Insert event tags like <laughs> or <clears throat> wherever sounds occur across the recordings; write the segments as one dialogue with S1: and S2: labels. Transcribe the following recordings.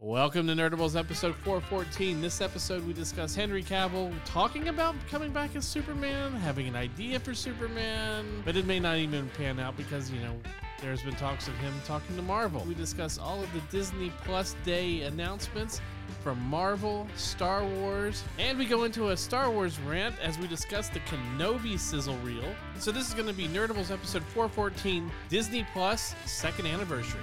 S1: Welcome to Nerdables episode 414. This episode, we discuss Henry Cavill talking about coming back as Superman, having an idea for Superman, but it may not even pan out because, you know, there's been talks of him talking to Marvel. We discuss all of the Disney Plus Day announcements from Marvel, Star Wars, and we go into a Star Wars rant as we discuss the Kenobi sizzle reel. So, this is going to be Nerdables episode 414 Disney Plus second anniversary.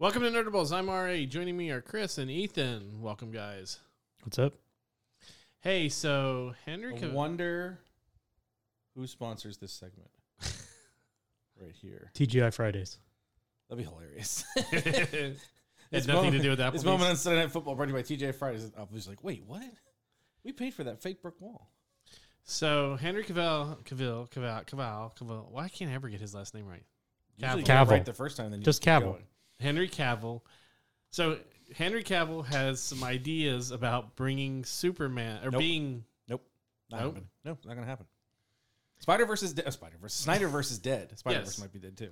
S1: Welcome to Nerdables. I'm RA. Joining me are Chris and Ethan. Welcome, guys.
S2: What's up?
S1: Hey, so Henry
S3: I
S1: Cav- <laughs>
S3: wonder who sponsors this segment <laughs> right here.
S2: TGI Fridays.
S3: That'd be hilarious. <laughs>
S1: had
S3: This
S1: nothing to
S3: moment-
S1: do with
S3: This moment
S1: Applebee's.
S3: on Sunday Night Football brought to you by TJ Fridays. I was like, wait, what? We paid for that fake brick wall.
S1: So Henry Cavill, Cavill, Cavill, Cavill, Cavill. Why can't I ever get his last name right?
S3: Usually
S1: Cavill.
S3: you get it
S2: Cavill.
S3: Right the first time, then you
S2: Just
S3: keep
S2: Cavill.
S3: going.
S1: Henry Cavill. So Henry Cavill has some ideas about bringing Superman or
S3: Nope.
S1: being.
S3: Not
S1: Nope.
S3: happening. No, not gonna happen. Spider versus de- uh, Spider versus Snyder versus Dead. <laughs> Spider verse
S1: Yes.
S3: might be dead too.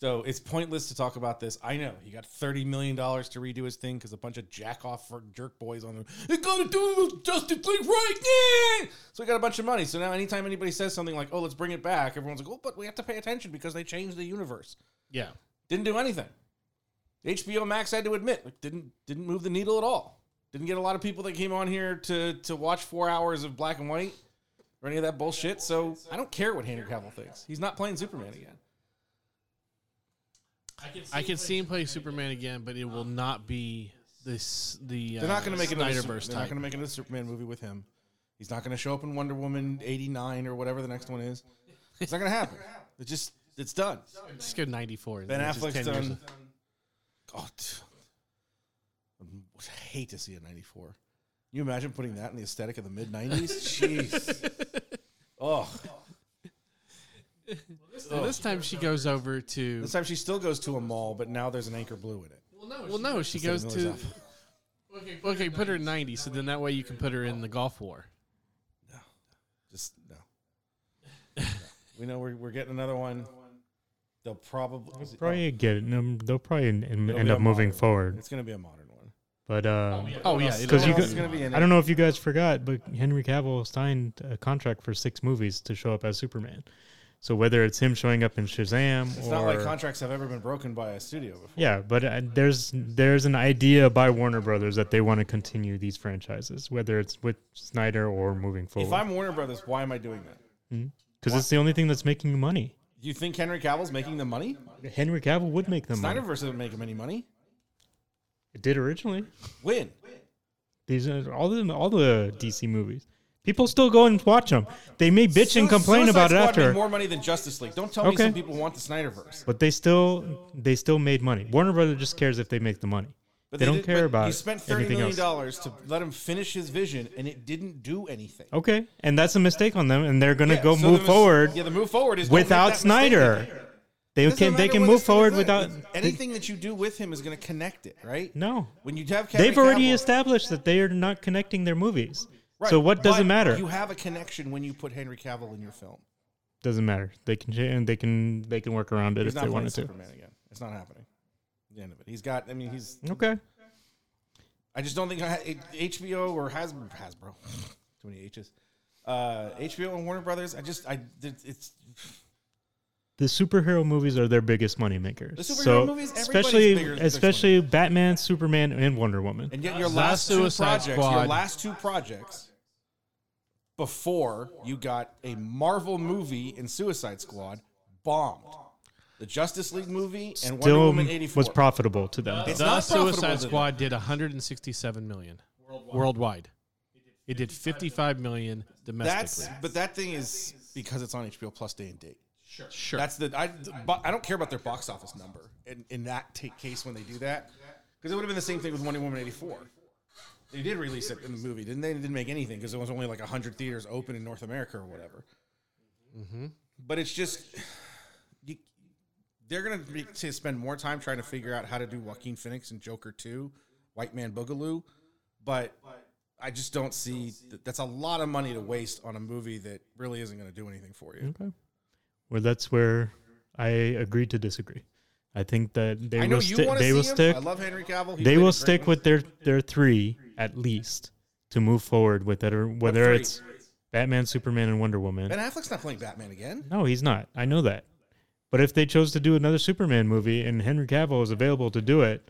S3: So it's pointless to talk about this. I know he got thirty million dollars to redo his thing because a bunch of jack off for jerk boys on him. They gotta do the Justice League right. Yeah! So he got a bunch of money. So now anytime anybody says something like, "Oh, let's bring it back," everyone's like, "Oh, but we have to pay attention because they changed the universe."
S1: Yeah,
S3: Didn't do anything. HBO Max had to admit like, didn't didn't move the needle at all. Didn't get a lot of people that came on here to to watch four hours of black and white or any of that bullshit. So I don't care what Henry Cavill thinks. He's not playing Superman again.
S1: I can see him play Superman again, but it will not be this. The uh,
S3: They're not going to make another. Su- They're
S1: Snyderverse
S3: not
S1: type.
S3: going to make another Superman movie with him. He's not going to show up in Wonder Woman eighty nine or whatever the next one is. It's not going to happen. It just it's done.
S1: Just go ninety four.
S3: Ben Affleck's done. God, I would hate to see a '94. Can you imagine putting that in the aesthetic of the mid '90s? <laughs> Jeez. Oh,
S1: Well, this time she goes over to.
S3: this time she still goes to a mall, but now there's an anchor blue in it.
S1: Well, no, she goes
S3: Instead
S1: to.
S3: of Miller's Apple.
S1: Okay, put her in ninety. So then that way you can put her in the Gulf War.
S3: Just no. No. We know we're, we're getting another one. They'll probably
S2: Probably get it. no, They'll probably en- en-
S3: It'll
S2: end
S3: be
S2: up
S3: a
S2: moving
S3: modern one.
S2: forward.
S3: It's gonna be a modern one.
S2: But uh,
S1: Oh yeah,
S3: What
S2: Because
S3: else
S2: you could-
S3: is gonna be in
S2: I
S3: it?
S2: don't know if you guys forgot, but Henry Cavill signed a contract for six movies to show up as Superman. So whether it's him showing up in Shazam
S3: It's
S2: or
S3: not like contracts have ever been broken by a studio before.
S2: yeah, but uh, there's there's an idea by Warner Brothers that they want to continue these franchises, whether it's with Snyder or moving
S3: If
S2: forward,
S3: I'm Warner Brothers, why am I doing that?
S2: because it's the only thing that's making you money.
S3: You think Henry Cavill's making the money?
S2: Henry Cavill would make them money.
S3: Snyderverse doesn't make him any money.
S2: It did originally.
S3: Win.
S2: These are all the all the DC movies. People still go and watch them. They may bitch and complain
S3: Suicide
S2: about it
S3: Squad
S2: after,
S3: Made more money than Justice League. Don't tell me
S2: Okay.
S3: some people want the Snyderverse.
S2: but they still they still made money. Warner Brothers just cares if they make the money. They don't
S3: did-
S2: care
S3: but
S2: about
S3: You spent thirty
S2: anything
S3: million
S2: else.
S3: dollars to let him finish his vision, and it didn't do anything.
S2: Okay, and that's a mistake on them, and they're gonna
S3: Yeah,
S2: go
S3: so the
S2: move
S3: mis-
S2: forward
S3: Yeah, the move forward is don't make that
S2: without
S3: mistake
S2: Snyder.
S3: again.
S2: They
S3: Doesn't
S2: can they
S3: matter
S2: can
S3: where
S2: move
S3: this thing
S2: forward
S3: is at.
S2: without
S3: anything that you do with him is going to connect it, right?
S2: no.
S3: When you have Henry
S2: They've already
S3: Cavill-
S2: established that they are not connecting their movies.
S3: Right,
S2: So what does
S3: but
S2: it matter?
S3: You have a connection when you put Henry Cavill in your film.
S2: Doesn't matter. They can cha- and they can they can work around it
S3: He's
S2: if
S3: not
S2: they
S3: playing
S2: wanted
S3: Superman again. It's not happening. The end of it. He's got. I mean, he's
S2: to. Okay.
S3: I just don't think I- it- HBO or Hasbro, Hasbro, <laughs> too many H's. Uh, HBO and Warner Brothers. I just, I, it's, it's
S2: the superhero movies are their biggest moneymakers.
S3: The superhero
S2: so
S3: movies, everybody's
S2: especially
S3: bigger- biggest
S2: especially Batman, Superman, and Wonder Woman.
S3: and yet your
S1: That's
S3: last two
S1: Suicide
S3: projects, your
S1: Squad.
S3: last two projects, before you got a Marvel movie and Suicide Squad bombed, the Justice League movie and Wonder
S2: Still
S3: Woman eighty four
S2: was profitable to them. though.
S3: It's
S1: The
S3: not profitable to them.
S1: Suicide Squad did 167 million worldwide. It did 55 million
S3: That's
S1: domestically.
S3: but that thing is because it's on HBO Plus day and date.
S1: sure.
S3: That's the I. But I don't care about their box office number in in that ta- case when they do that, because it would have been the same thing with Wonder Woman eighty four. They did release it in the movie, didn't they? It didn't make anything because it was only like hundred theaters open in North America or whatever. But it's just you, they're gonna be, to spend more time trying to figure out how to do Joaquin Phoenix and Joker two, White Man Boogaloo, but I just don't see that's a lot of money to waste on a movie that really isn't going to do anything for you.
S2: Okay. Well, that's where I agree to disagree. I think that they
S3: I know
S2: will,
S3: you
S2: sti-
S3: want to
S2: they
S3: see
S2: will
S3: him.
S2: stick.
S3: I love Henry Cavill. He
S2: They
S3: played a
S2: will
S3: great
S2: stick
S3: one.
S2: with their their three at least to move forward with it, or whether
S3: three?
S2: it's Batman, Superman, and Wonder Woman.
S3: Ben Affleck's not playing Batman again.
S2: No, he's not. I know that. But if they chose to do another Superman movie and Henry Cavill is available to do it,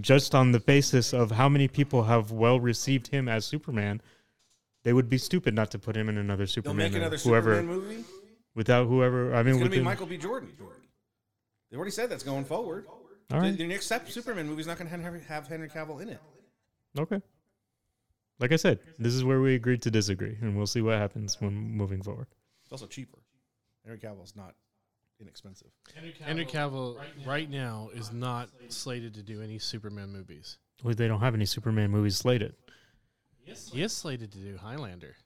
S2: just on the basis of how many people have well received him as Superman, they would be stupid not to put him in another
S3: They'll
S2: Superman.
S3: make
S2: or
S3: another
S2: whoever
S3: Superman movie. It's
S2: without whoever. I mean,
S3: going to be
S2: within-
S3: Michael B. Jordan. They already said that's going forward.
S2: All right.
S3: The, the next step, Superman movie's not going to have, have Henry Cavill in it.
S2: Okay. Like I said, this is where we agreed to disagree, and we'll see what happens when moving forward.
S3: It's also cheaper. Henry Cavill's not inexpensive.
S1: Henry Cavill right now is not slated to do any Superman movies.
S2: Well, they don't have any Superman movies slated.
S1: He is slated to do Highlander.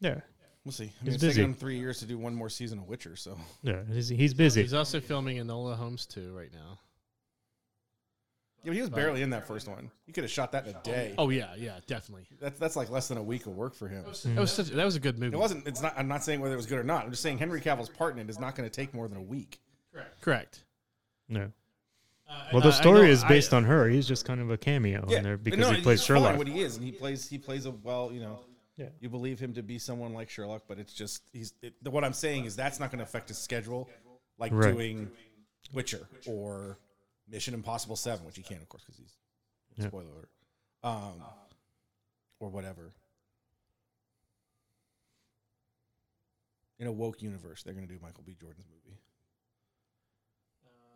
S2: Yeah,
S3: We'll see. I mean,
S2: He's
S3: it's taking
S2: busy.
S3: him three years to do one more season of Witcher, so
S2: yeah. He's, he's busy.
S1: He's also filming Enola Holmes 2 right now.
S3: yeah, but he was barely in that first one. You could have shot that in a day.
S1: Oh yeah, yeah, definitely.
S3: That's that's like less than a week of work for him.
S1: That was such, that was a good movie.
S3: It wasn't. It's not. I'm not saying whether it was good or not. I'm just saying Henry Cavill's part in it is not going to take more than a week.
S1: Correct.
S2: No. Well,
S1: I-
S2: the
S1: I
S2: story
S1: know-
S2: is based
S1: I-
S2: on her. He's just kind of a cameo in there
S3: but
S2: because
S3: no,
S2: he plays
S3: he's fine
S2: Sherlock.
S3: What he is, and he plays. He plays a well. You know.
S2: Yeah.
S3: You believe him to be someone like Sherlock, but it's just he's. It, what I'm saying is that's not going to affect his schedule, like
S2: Right.
S3: doing Witcher or Mission Impossible Seven, which he can't, of course, because he's
S2: Yeah.
S3: spoiler alert, um, or whatever. In a woke universe, they're going to do Michael B. Jordan's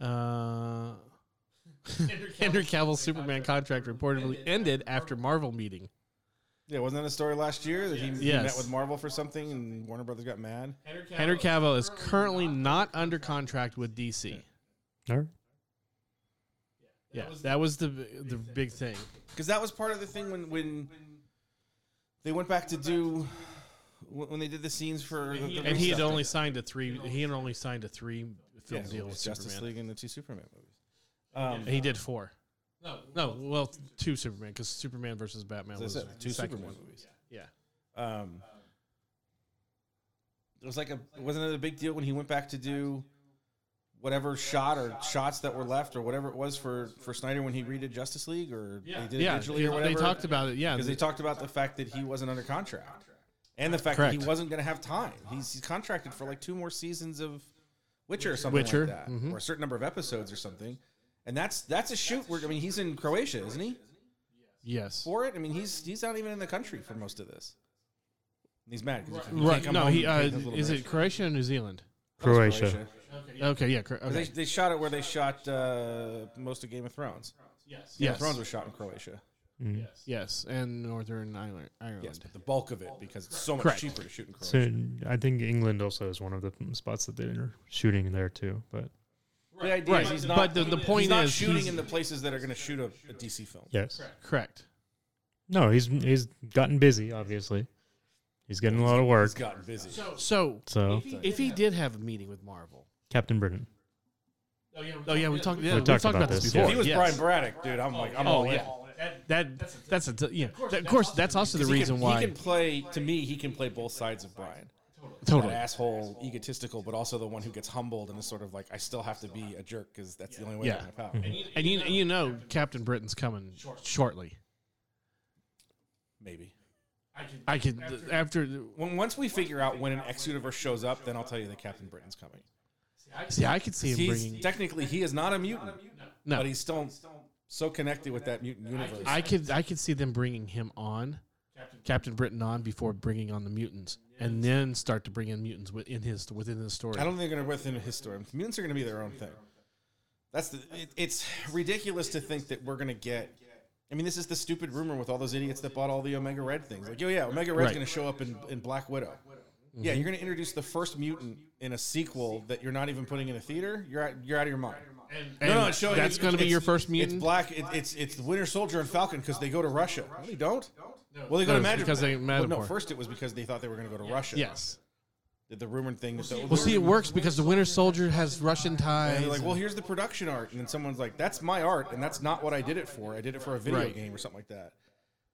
S3: movie.
S1: Uh, <laughs> Henry Cavill's Superman contract reportedly ended after Marvel meeting.
S3: Yeah, wasn't that a story last year that he, he
S1: Yes.
S3: met with Marvel for something and Warner Brothers got mad?
S1: Henry Cavill is currently not under contract with DC.
S2: All right.
S1: Yeah, that was the the big thing.
S3: Because that was part of the thing when when they went back to do when when they did the scenes for the, the
S1: And he had
S3: restuff.
S1: only signed a three. He had only signed a three
S3: Yeah,
S1: film deal with
S3: Justice
S1: Superman.
S3: League and the two Superman movies. Um,
S1: He did four. No, no. Well, two Superman because Superman versus Batman
S3: as
S1: was
S3: I said, two
S1: the second
S3: Superman
S1: one.
S3: movies.
S1: Yeah.
S3: Um, it was like a wasn't it a big deal when he went back to do whatever shot or shots that were left or whatever it was for for Snyder when he redid Justice League or they did
S1: Yeah,
S3: it digitally or
S1: they
S3: whatever.
S1: talked about it. Yeah,
S3: because they talked about the fact that he wasn't under contract and the fact that
S1: Correct.
S3: he wasn't going to have time. He's, he's contracted for like two more seasons of Witcher or something
S1: Witcher, Mm-hmm.
S3: like that, or a certain number of episodes or something. And that's that's a shoot where I mean he's in Croatia, isn't he?
S1: yes.
S3: For it, I mean he's he's not even in the country for most of this. And he's mad because he can't
S1: Right.
S3: come
S1: No,
S3: home
S1: he uh,
S3: and take his little
S1: is
S3: break.
S1: it Croatia or New Zealand?
S2: Croatia.
S1: Okay, yeah. Cro-
S3: They,
S1: Okay.
S3: they shot it where they shot uh, most of Game of Thrones. Game of
S1: Yes.
S3: Thrones was shot in Croatia.
S2: Mm.
S1: Yes, and Northern Ireland. Ireland.
S3: Yes, but the bulk of it because it's so much
S1: Correct.
S3: cheaper to shoot in Croatia.
S2: So I think England also is one of the spots that they're shooting there too. But
S3: The idea
S1: Right,
S3: is he's
S1: but
S3: not,
S1: the- the
S3: he's
S1: point
S3: not
S1: is
S3: shooting
S1: he's-
S3: in the places that are going to shoot a, a DC film.
S2: yes,
S1: Correct.
S2: no, he's he's gotten busy. Obviously, he's getting a lot of work.
S3: He's gotten busy.
S1: So
S2: So
S1: if he did have a meeting with Marvel.
S2: Captain Britain.
S1: Oh yeah, we talked. Yeah, we
S2: talked
S1: talked
S2: about
S1: about this
S2: this,
S1: before.
S3: if he was
S1: yes.
S3: Brian Braddock, dude, I'm like, I'm all
S1: Oh
S3: in.
S1: yeah, that that's a t- yeah. That- Of course, that's also the
S3: He
S1: reason
S3: can,
S1: why.
S3: he can play. To me, he can play both sides of Brian.
S1: totally.
S3: That asshole, egotistical, but also the one who gets humbled and is sort of like, I still have to be a jerk because that's the only way
S1: Yeah. Mm-hmm.
S3: I'm going to have power.
S1: And you you know Captain Britain's coming shortly.
S3: Maybe.
S1: I could after. the-
S3: When, once we figure out when an X universe shows up, then I'll tell you that Captain Britain's coming.
S1: See, I could see him
S3: He's
S1: bringing.
S3: technically he is not a mutant,
S1: No,
S3: but he's still so connected with that mutant universe.
S1: I could I could see them bringing him on, Captain Britain on before bringing on the mutants, and then start to bring in mutants within his within the story.
S3: I don't think they're going to within his story. Mutants are going to be their own thing. That's the. It, it's ridiculous to think that we're going to get. I mean, this is the stupid rumor with all those idiots that bought all the Omega Red things. Like, oh yeah, Omega Red's
S1: Right. Mm-hmm.
S3: going to show up in, in Black Widow. Yeah, you're going to introduce the first mutant in a sequel that you're not even putting in a theater. You're out, you're out of your mind.
S1: And that's
S3: it's-
S1: going to be
S3: it's-
S1: your first mutant.
S3: It's Black. It, it's it's the Winter Soldier and Falcon because they go to Russia. No, they don't. Well, they go
S1: No,
S3: to
S1: it's
S3: Madripoor.
S1: because they-
S3: Well, no,
S1: Madripoor.
S3: first it was because they thought they were going to go to Russia.
S1: Yes.
S3: Did the rumored thing. that
S1: Well, see, it works because the Winter Soldier has Russian ties.
S3: And they're like, well, here's the production art. And then someone's like, that's my art, and that's not what I did it for. I did it for a video
S1: Right.
S3: game or something like that.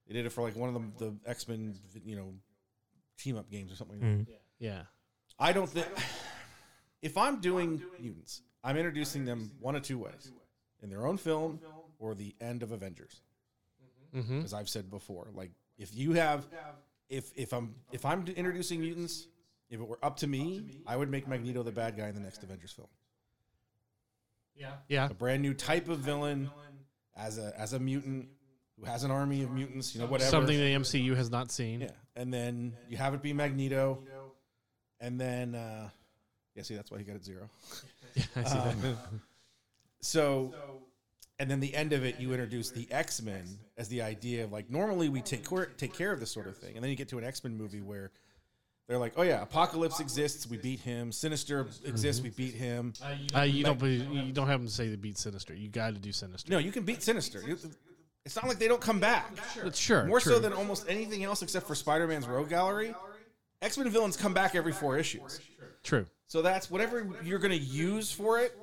S3: They did it for like one of the, the X Men, you know, team up games or something.
S2: Mm.
S1: Yeah.
S3: I don't think. <sighs> If I'm doing mutants, I'm introducing them one of two ways in their own film or the end of Avengers.
S1: Mm-hmm.
S3: As I've said before, like if you have, if if I'm if I'm introducing mutants, if it were up to me, I would make Magneto the bad guy in the next Avengers film.
S1: Yeah.
S3: A brand new type of villain as a as a mutant who has an army of mutants, you know, whatever.
S1: Something the MCU has not seen.
S3: Yeah, and then you have it be Magneto, and then uh, yeah, see that's why he got it zero.
S1: <laughs> I see that.
S3: Um, so, and then the end of it, you introduce the X Men as the idea of like normally we take care, take care of this sort of thing, and then you get to an X Men movie where they're like, oh yeah, Apocalypse exists, we beat him. Sinister exists, we beat him.
S1: Uh, you don't believe, you don't have them say the beat Sinister. You got to do Sinister.
S3: No, you can beat Sinister. You- It's not like they don't come back.
S1: But Sure.
S3: More so
S1: true.
S3: than almost anything else, except for Spider Man's Rogue Gallery. X Men villains come back every four issues.
S1: true.
S3: So that's whatever you're going to use for it.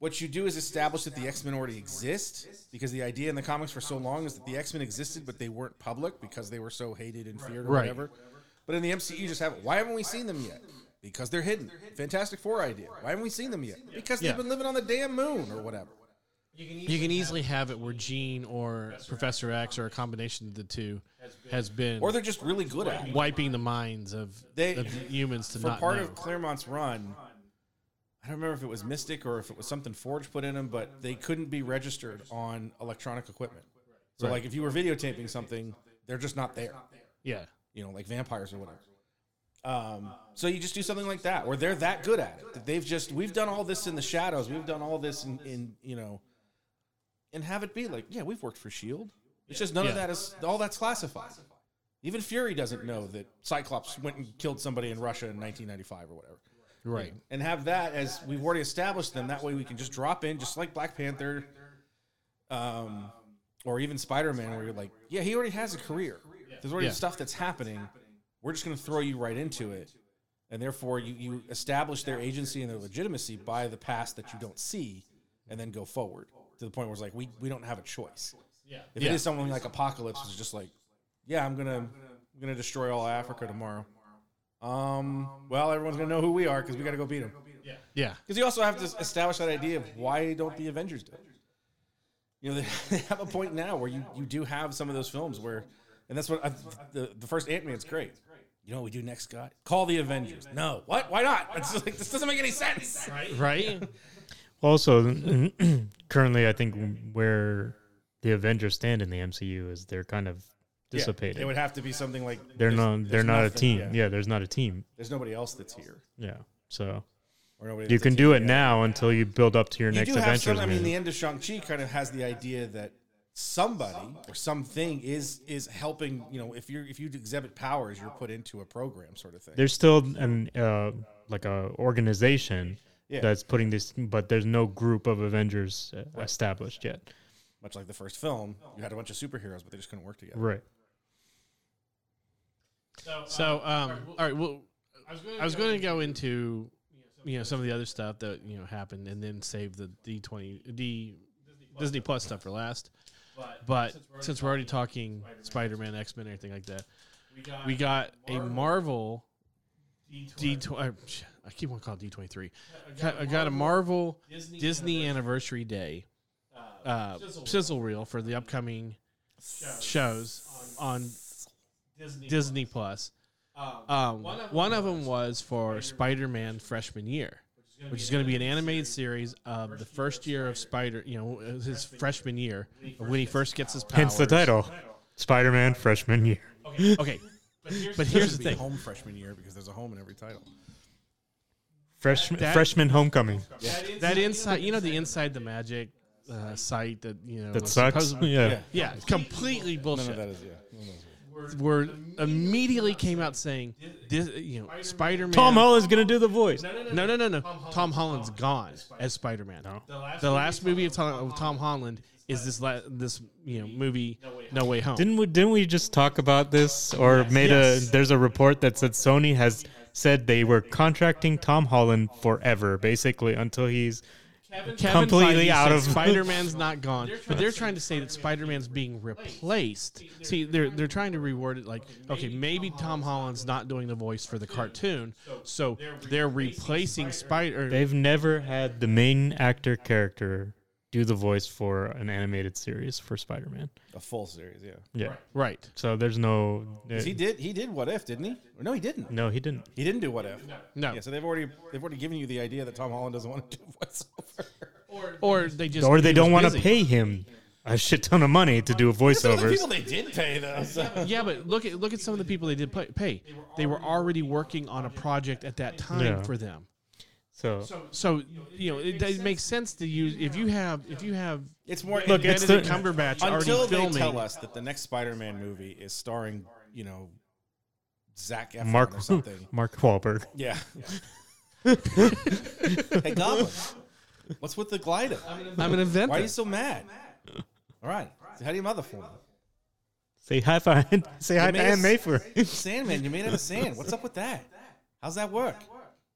S3: What you do is establish that the X Men already exist, because the idea in the comics for so long is that the X Men existed, but they weren't public because they were so hated and feared or
S1: Right.
S3: whatever. But in the MCU, you just have it. Why haven't we seen them yet? Because they're hidden. Fantastic Four idea. Why haven't we seen them yet? Because
S1: Yeah.
S3: they've been living on the damn moon or whatever.
S1: You can easily have it where Jean or Professor X or a combination of the two has been
S3: Or they're just really good at it.
S1: wiping the minds of,
S3: They-
S1: of humans to
S3: For
S1: not
S3: part
S1: know.
S3: of Claremont's run, I don't remember if it was Mystic or if it was something Forge put in them, but they couldn't be registered on electronic equipment. So, like, if you were videotaping something, they're just not there,
S1: yeah.
S3: you know, like vampires or whatever. Um, so you just do something like that, where they're that good at it that they've just we've done all this in the shadows, we've done all this in, in you know, and have it be like, yeah, we've worked for Shield. E It's just none of
S1: Yeah.
S3: that is all that's classified. Even Fury doesn't know that Cyclops went and killed somebody in Russia in 1995 or whatever
S1: Right.
S3: and have that as we've already established them. That way we can just drop in, just like Black Panther, um, or even Spider Man, where you're like, yeah, he already has a career. There's already
S1: Yeah.
S3: stuff that's happening. We're just going to throw you right into it. And therefore, you, you establish their agency and their legitimacy by the past that you don't see and then go forward to the point where it's like, we, we don't have a choice. If
S1: Yeah.
S3: it is someone like Apocalypse, it's just like, yeah, I'm gonna I'm gonna destroy all Africa tomorrow. Um, well, everyone's gonna know who we are because we gotta go beat them.
S1: Yeah.
S3: Because you also have to establish that idea of why don't the Avengers do it? You know, <laughs> they- they have a point now where you, you do have some of those films where, and that's what i the the first Ant Man's great. You know what we do next, Scott? Call the Avengers. No, what? Why not? It's just like this doesn't make any sense.
S1: Right.
S2: Also, <clears throat> currently, I think where the Avengers stand in the MCU is they're kind of dissipated.
S3: It would have to be something like
S2: they're
S3: there's-
S2: not. They're
S3: there's
S2: not a
S3: nothing-
S2: team.
S3: yeah.
S2: Yeah. there's not a team.
S3: there's nobody else that's here,
S2: Yeah. So
S3: or nobody.
S2: you
S3: that's a
S2: can
S3: team.
S2: do it now until you build up to your
S3: You
S2: next
S3: do have
S2: Avengers
S3: some. I mean, the
S2: movie.
S3: end of Shang Chi kind of has the idea that somebody or something is is helping. You know, if you're if you exhibit powers, you're put into a program sort of thing.
S2: There's still an uh, like a organization
S3: Yeah.
S2: that's putting this, but there's no group of Avengers uh, established yet.
S3: Much like the first film, you had a bunch of superheroes, but they just couldn't work together.
S2: Right.
S1: So, um, all right. Well, I was going to go into you know some of the other stuff that you know happened, and then save the D twenty D Disney Plus stuff for last. But since we're already talking Spider Man, X Men, everything like that, we got a Marvel D twenty. uh, I keep on calling D twenty three. I got a Marvel Disney Anniversary Day uh, sizzle reel for the upcoming shows on Disney Plus. Um, one of, them was for Spider Man freshman year, which is going to be an animated series of the first year of Spider, you know, his freshman year when he first gets his powers.
S2: Hence the title, Spider-Man Freshman Year.
S1: Okay, but here's the
S3: Be
S1: thing.
S3: home freshman year because there's a home in every title.
S2: Freshman
S1: That-
S2: Freshman Homecoming.
S1: That inside, you know, the inside the magic uh, site that you know
S2: That
S1: was
S2: sucks.
S1: supposedly-
S2: Yeah.
S1: yeah, it's completely
S3: None
S1: bullshit.
S3: of that is yeah. None of that is-
S1: Were immediately came out saying, this, uh, you know, Spider Man.
S2: Tom Holland's gonna do the voice.
S1: No, no, no, no. Tom Holland's gone as Spider Man. The last movie of Tom, of Tom Holland is this la- this you know movie No Way Home.
S2: Didn't we? Didn't we just talk about this or made
S1: Yes.
S2: a? There's a report that said Sony has said they were contracting Tom Holland forever, basically until he's
S1: Kevin
S2: completely
S1: Feige
S2: out
S1: said
S2: of- <laughs>
S1: Spider-Man's not gone, but they're trying to say that Spider-Man's being replaced. See, they're they're trying to reword it like, okay, maybe Tom Holland's not doing the voice for the cartoon, so they're replacing Spider.
S2: They've never had the main actor character do the voice for an animated series for Spider Man.
S3: A full series, yeah.
S2: Yeah.
S1: Right.
S2: So there's no. uh,
S3: 'Cause He did. He did. What if? Didn't he? Or no, he didn't.
S2: No, he didn't.
S3: He didn't do what if.
S1: No.
S3: Yeah. So they've already they've already given you the idea that Tom Holland doesn't want to do <laughs> voiceover.
S1: Or they just
S2: Or they
S1: he
S2: don't
S1: was
S2: want to
S1: busy.
S2: pay him a shit ton of money to do
S3: Some of the
S2: voiceovers.
S3: people they did pay though. So.
S1: Yeah, but look at look at some of the people they did play, pay. They were already working on a project at that time
S2: Yeah.
S1: for them.
S2: So
S1: So you know it, it makes sense to use if you have if you have
S3: It's more
S2: Look, it's
S1: Benedict
S2: the-
S1: Cumberbatch
S3: until
S1: already
S3: they
S1: filming.
S3: tell us that the next Spider-Man movie is starring you know Zach Efron
S2: Mark
S3: or something.
S2: <laughs> Mark Wahlberg.
S1: <laughs>
S3: Yeah. hey Goblin, what's with the glider?
S1: I'm an inventor.
S3: Why are you so mad? All right. So how do you mother form?
S2: Say hi, fi- <laughs> say hi
S3: You
S2: to
S3: made
S2: Anne
S3: us-
S2: Mayfair. <laughs>
S3: Sandman, you made out of sand. What's up with that? How's that work?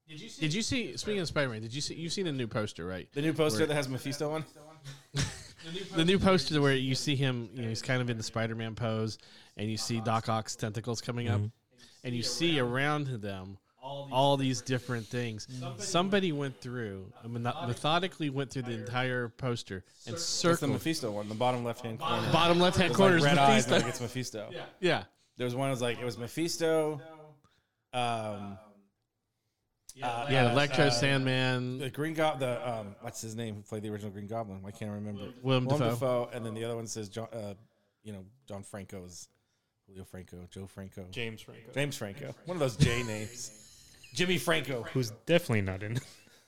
S1: Did you see? Speaking of Spider-Man, did you see? You've seen a new poster, right?
S3: The new poster that has Mephisto on.
S1: The new poster where you see him. You know, he's kind of in the Spider-Man pose, and you see Doc Ock's tentacles coming up,
S3: Mm-hmm.
S1: and you see around them all these different things. Somebody went through and method- methodically went through the entire poster and
S3: It's the
S1: circled
S3: Mephisto one, the bottom left hand corner.
S1: bottom left-hand
S3: It's
S1: corner.
S3: like
S1: is
S3: red eyes,
S1: Mephisto.
S3: like it's Mephisto.
S1: Yeah.
S3: There was one that was like it was Mephisto. Um, uh,
S1: Yeah,
S3: uh,
S1: Electro,
S3: uh,
S1: Sandman,
S3: The Green Goblin. The um, what's his name? Who played the original Green Goblin? I can't remember.
S1: Willem Dafoe.
S3: Dafoe, and then the other one says John. Uh, you know, John Franco's, Julio Franco, Joe Franco,
S2: James Franco,
S3: James Franco. One of those J names. Jimmy Franco.
S2: who's definitely not in.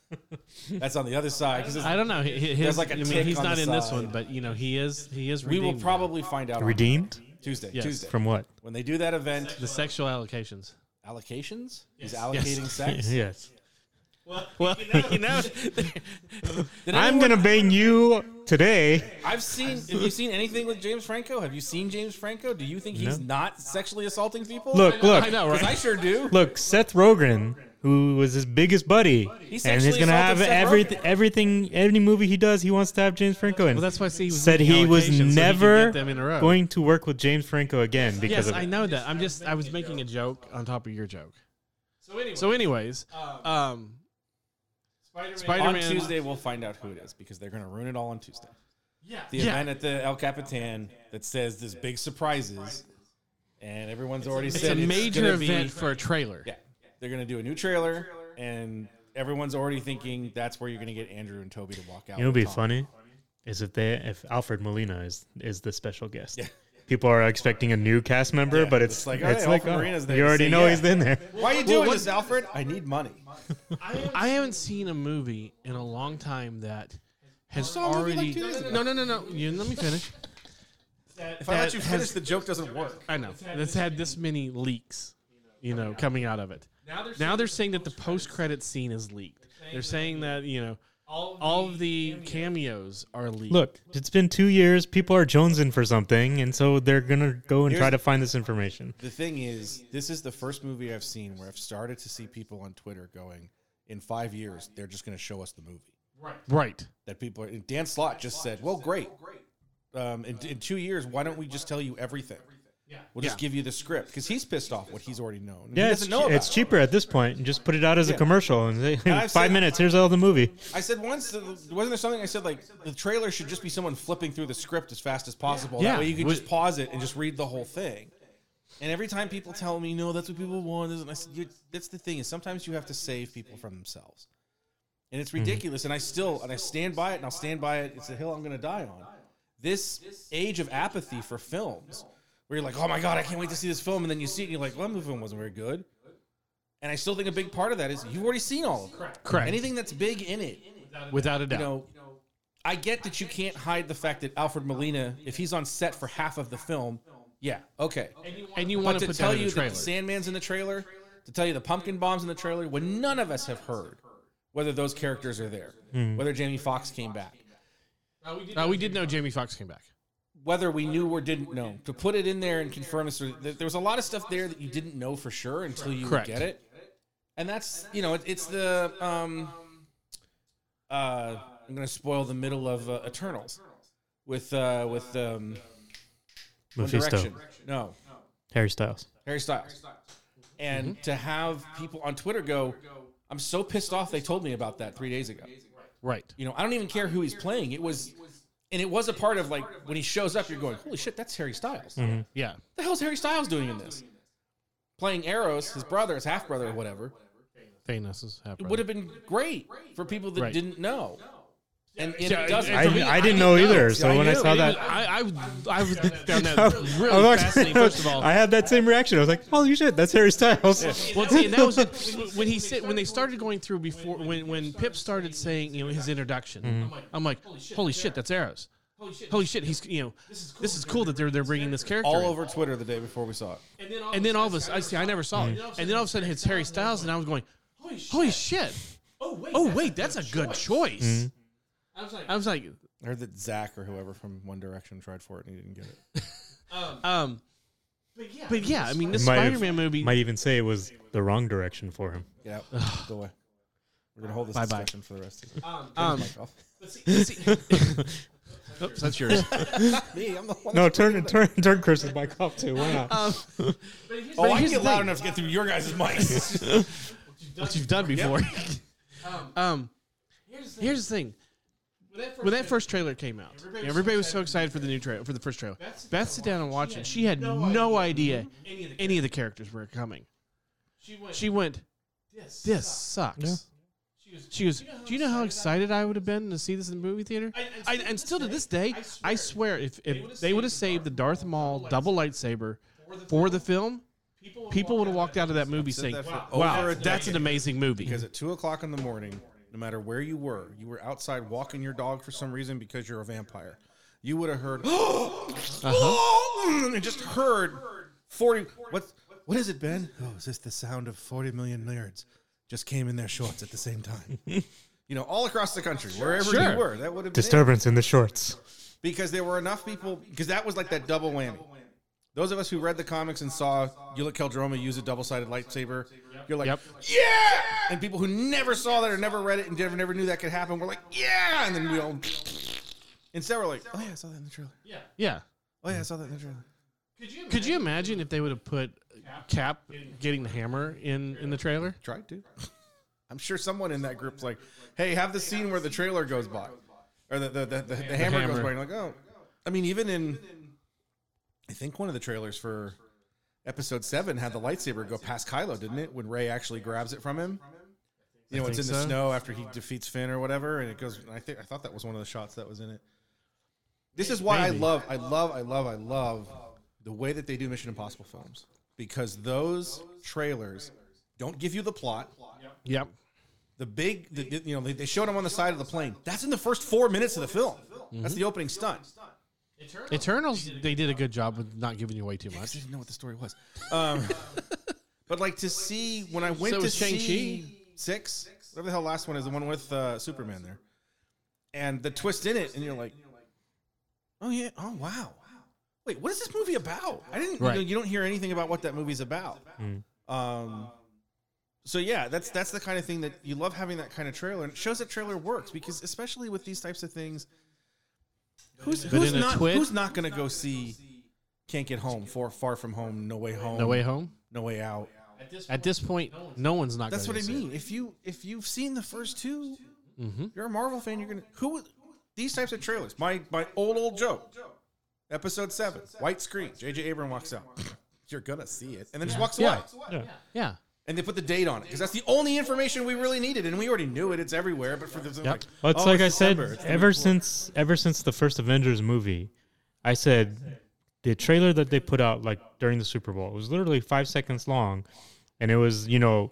S2: it.
S3: That's on the other side. 'cause it's-
S1: I don't know. hi- hi- His,
S3: like a
S1: I mean,
S3: tick
S1: he's
S3: on
S1: not
S3: the
S1: in this
S3: side.
S1: one, but you know, he is. He is.
S3: we will
S1: redeemed.
S3: probably find out on
S2: Redeemed
S3: Tuesday.
S1: Yes.
S3: Tuesday
S2: from what?
S3: when they do that event.
S1: the sexual allocations.
S3: Allocations. He's allocating sex.
S2: <laughs> Yes.
S1: Well, <laughs> you know,
S3: Did
S2: I'm
S3: anyone-
S2: gonna bang you today.
S3: I've seen. Have you seen anything with James Franco? Have you seen James Franco? Do you think he's
S2: No.
S3: not sexually assaulting people?
S2: Look, <laughs> look,
S1: I know,
S3: because I
S1: right?
S3: sure do.
S2: look. Seth Rogen, who was his biggest buddy, and he's
S3: sexually
S2: gonna have
S3: assaulted Seth
S2: everything.
S3: Rogen.
S2: Everything, any movie he does, he wants to have James Franco in.
S1: Well, that's why I see he was
S2: said
S1: making
S2: he
S1: allocations
S2: was
S1: so could
S2: never
S1: get them in a row.
S2: going to work with James Franco again because
S1: Yes,
S2: of
S1: I
S2: it.
S1: know that. I'm just. I was making a joke on top of your joke. So, anyways, so anyways, um,
S3: On
S1: Spider-Man.
S3: Tuesday, we'll find out who it is because they're going to ruin it all on Tuesday. Yeah. The
S1: Yeah.
S3: event at the El Capitan that says there's big surprises, and everyone's already
S1: It's a
S3: said
S1: major
S3: gonna be-
S1: event for a trailer.
S3: yeah, they're going to do a new trailer, and everyone's already thinking that's where you're going to get Andrew and Toby to walk out.
S2: You know,
S3: and
S2: what'd be
S3: talk.
S2: funny is if they if Alfred Molina is is the special guest. People are expecting a new cast member,
S3: Yeah,
S2: but it's,
S3: it's
S2: like
S3: like,
S2: it's
S3: "Hey,
S2: like
S3: Alfred
S2: oh,
S3: Molina's there
S2: you
S3: to
S2: already
S3: say
S2: know
S3: yeah."
S2: he's in there.
S3: Why are you doing this, Alfred? I need money.
S1: I haven't seen a movie in a long time that has
S3: saw a movie like
S1: already.
S3: two years ago.
S1: No, no, no, no. You let me finish.
S3: If I let
S1: That
S3: you
S1: has-
S3: finish, the joke doesn't work.
S1: I know. That's had this many leaks, you know, coming out of it. Now they're saying that the post credit scene is leaked. They're saying that, you know, all of the cameos are leaked.
S2: Look, it's been two years. People are jonesing for something, and so they're gonna go and try
S3: Here's-
S2: to find this information.
S3: The thing is, this is the first movie I've seen where I've started to see people on Twitter going, in five years, they're just going to show us the movie.
S1: Right.
S3: That people, and Dan Slott just said, well, great. Um, in, in two years, why don't we just tell you everything? We'll just
S1: Yeah.
S3: give you the script because he's pissed off what he's already known.
S2: Yeah,
S3: he
S2: it's,
S3: doesn't know about
S2: it's
S3: it.
S2: cheaper at this point, and just put it out as a
S3: Yeah.
S2: commercial and say, <laughs>
S3: I've
S2: five
S3: seen-
S2: minutes. Here's all the movie.
S3: I said once, uh, wasn't there something I said like the trailer should just be someone flipping through the script as fast as possible?
S1: Yeah.
S3: That way you can
S1: Would-
S3: just pause it and just read the whole thing. And every time people tell me, no, that's what people want, isn't I said, you that's the thing is sometimes you have to save people from themselves, and it's
S1: Mm-hmm.
S3: ridiculous. And I still and I stand by it, and I'll stand by it. It's a hill I'm going to die on. This age of apathy for films, where you're like, oh my god, I can't wait to see this film, and then you see it, and you're like, well, that film wasn't very good. And I still think a big part of that is you've already seen all of it.
S1: Correct.
S3: Anything that's big in it,
S1: Without a doubt.
S3: you know, I get that you can't hide the fact that Alfred Molina, if he's on set for half of the film, yeah, okay.
S1: and you
S3: But
S1: want
S3: to
S1: to put
S3: tell
S1: that in
S3: you
S1: the
S3: that
S1: trailer.
S3: the Sandman's in the trailer, to tell you the pumpkin bombs in the trailer, when none of us have heard whether those characters are there, whether Jamie Foxx came back,
S1: Uh, we did know Jamie Foxx came back.
S3: whether we knew or didn't know, to put it in there and confirm this, or- there there was a lot of stuff there that you didn't know for sure until you would
S1: Correct.
S3: get it. And that's you know it, it's the um, uh, I'm going to spoil the middle of uh, Eternals with uh, with um, One
S2: Mephisto,
S3: Direction. No,
S2: Harry Styles.
S3: Harry Styles. And to have people on Twitter go, I'm so pissed off they told me about that three days ago.
S1: Right.
S3: You know, I don't even care who he's playing. It was, and it was a part of like when he shows up, you're going, holy shit, that's Harry Styles. What
S1: Yeah.
S3: the hell's Harry Styles doing in this? Playing Eros, his brother, his half brother, or whatever.
S1: Thanos is
S3: It would have been great for people that
S1: Right.
S3: didn't know. And, and
S1: Yeah,
S3: it doesn't.
S2: I,
S1: For me, I
S2: I didn't
S1: didn't
S2: know either.
S3: See,
S2: So
S3: I
S2: when I
S3: knew.
S2: saw
S3: It
S2: that,
S1: I, <laughs> I, would- I was down
S2: <laughs>
S1: that really fascinating. First of all,
S2: I had that same reaction. I was like, "Holy shit, that's Harry Styles."
S1: Well, see, and that was it. when he said when they started going through before when when Pip started saying you know his introduction.
S3: Mm-hmm.
S1: I'm like, holy shit, that's Arrows. Holy shit, he's you know this is cool that they're they're bringing this character
S3: all
S1: in.
S3: over Twitter the day before we saw it.
S1: And then all of us, I see, I never saw it. And then all of a sudden it's Harry Styles, and I was going, holy shit. Oh wait, that's, a good choice.
S3: Mm-hmm.
S1: I was like,
S3: I heard that Zach or whoever from One Direction tried for it and he didn't get it.
S1: um, but yeah, I mean, this
S2: Might have-
S1: Spider-Man movie.
S2: <laughs> Might even say it was the wrong direction for him.
S3: Get
S1: <sighs>
S3: out. Go away. We're gonna hold this
S1: Bye-bye.
S3: discussion for the rest of the
S1: um,
S3: mic off.
S1: oops, that's yours.
S3: Me, I'm the one.
S2: No, turn turn turn Chris's mic off too. Why not?
S3: <laughs> oh, I can
S1: here's
S3: get
S1: the
S3: loud
S1: thing.
S3: enough to get through your guys'
S1: <laughs>
S3: mics.
S1: what you've done before. <laughs> um, here's, the thing. When that first trailer came out, everybody, was so excited for the new trailer, for the first trailer. Beth, sat down and watched it. She had no idea any of the, characters were coming. She went, this, sucks. She goes, do you know how excited I would have been to see this in the movie theater? I, and still to this day, I swear, if, if they would have saved the Darth Maul double lightsaber for the film, people would have walked out of that movie saying,
S3: that for
S1: wow,
S3: over a
S1: that's an amazing movie.
S3: because at two o'clock in the morning, no matter where you were, you were outside walking your dog for some reason because you're a vampire. You would have heard, <gasps> and just heard forty. What? What is it, Ben? Oh, is this the sound of forty million nerds just came in their shorts at the same time? you know, all across the country, wherever
S1: Sure.
S3: you were, that would have been it.
S2: Disturbance in the shorts.
S3: because there were enough people because that was like that double whammy. Those of us who read the comics and saw Yulik Keldroma use a double-sided lightsaber, you're like,
S1: Yep.
S3: yeah! And people who never saw that or never read it and never, never knew that could happen were like, yeah! And then we all... Instead, we're like, oh yeah, I saw that in the trailer.
S1: Yeah.
S3: Oh yeah, I saw that in the trailer.
S1: Could you imagine if they would have put Cap getting the hammer in in the trailer?
S3: Tried to. <laughs> I'm sure someone in that group's like, hey, have the scene where the trailer goes by. Or the, the, the, the, the hammer, goes
S1: hammer.
S3: by. And you're like, oh. I mean, even in... I think one of the trailers for episode seven had the lightsaber go past Kylo, didn't it? When Ray actually grabs it from him. You know, it's in
S1: think
S3: the
S1: so.
S3: snow after he defeats Finn or whatever, and it goes. And I think I thought that was one of the shots that was in it. This is why I love, I love, I love, I love the way that they do Mission Impossible films because those trailers don't give you the plot.
S1: Yep.
S3: The big, the, the- you know, they, they showed him on the side of the plane. That's in the first four minutes of the film. That's the opening stunt.
S1: Eternals, they did a good job with not giving you away too
S3: I
S1: much.
S3: didn't know what the story was. <laughs> Um, but like to see when I went
S1: So
S3: to
S1: was Shang-Chi?
S3: see six, whatever the hell last one is, the one with uh, Superman there, and the twist in it, and you're like, oh yeah, oh wow, wait, what is this movie about? I didn't,
S1: Right. Mm.
S3: you, know, you don't hear anything about what that movie's about. Um, so yeah, that's that's the kind of thing that you love having that kind of trailer, and it shows that trailer works because especially with these types of things, who's
S1: But
S3: who's
S1: in a
S3: not
S1: twist-
S3: who's not going to go see can't get home for far from home, no way home,
S1: No way home.
S3: no way out.
S1: At this point, no one's not.
S3: That's what
S1: gonna
S3: I
S1: see it. Mm-hmm.
S3: mean. If you if you've seen the first two, you're a Marvel fan. You're gonna who these types of trailers. My my old old joke. Episode seven, white screen. J.J. Abrams walks out. <laughs> You're gonna see it, and then just walks away.
S1: Yeah. Yeah.
S3: And they put the date on it because that's the only information we really needed, and we already knew it. It's everywhere, but for the like,
S2: Well, it's
S3: oh,
S2: like I
S3: December.
S2: said,
S3: It's the
S2: ever since ever since the first Avengers movie, I said the trailer that they put out like during the Super Bowl was literally five seconds long, and it was you know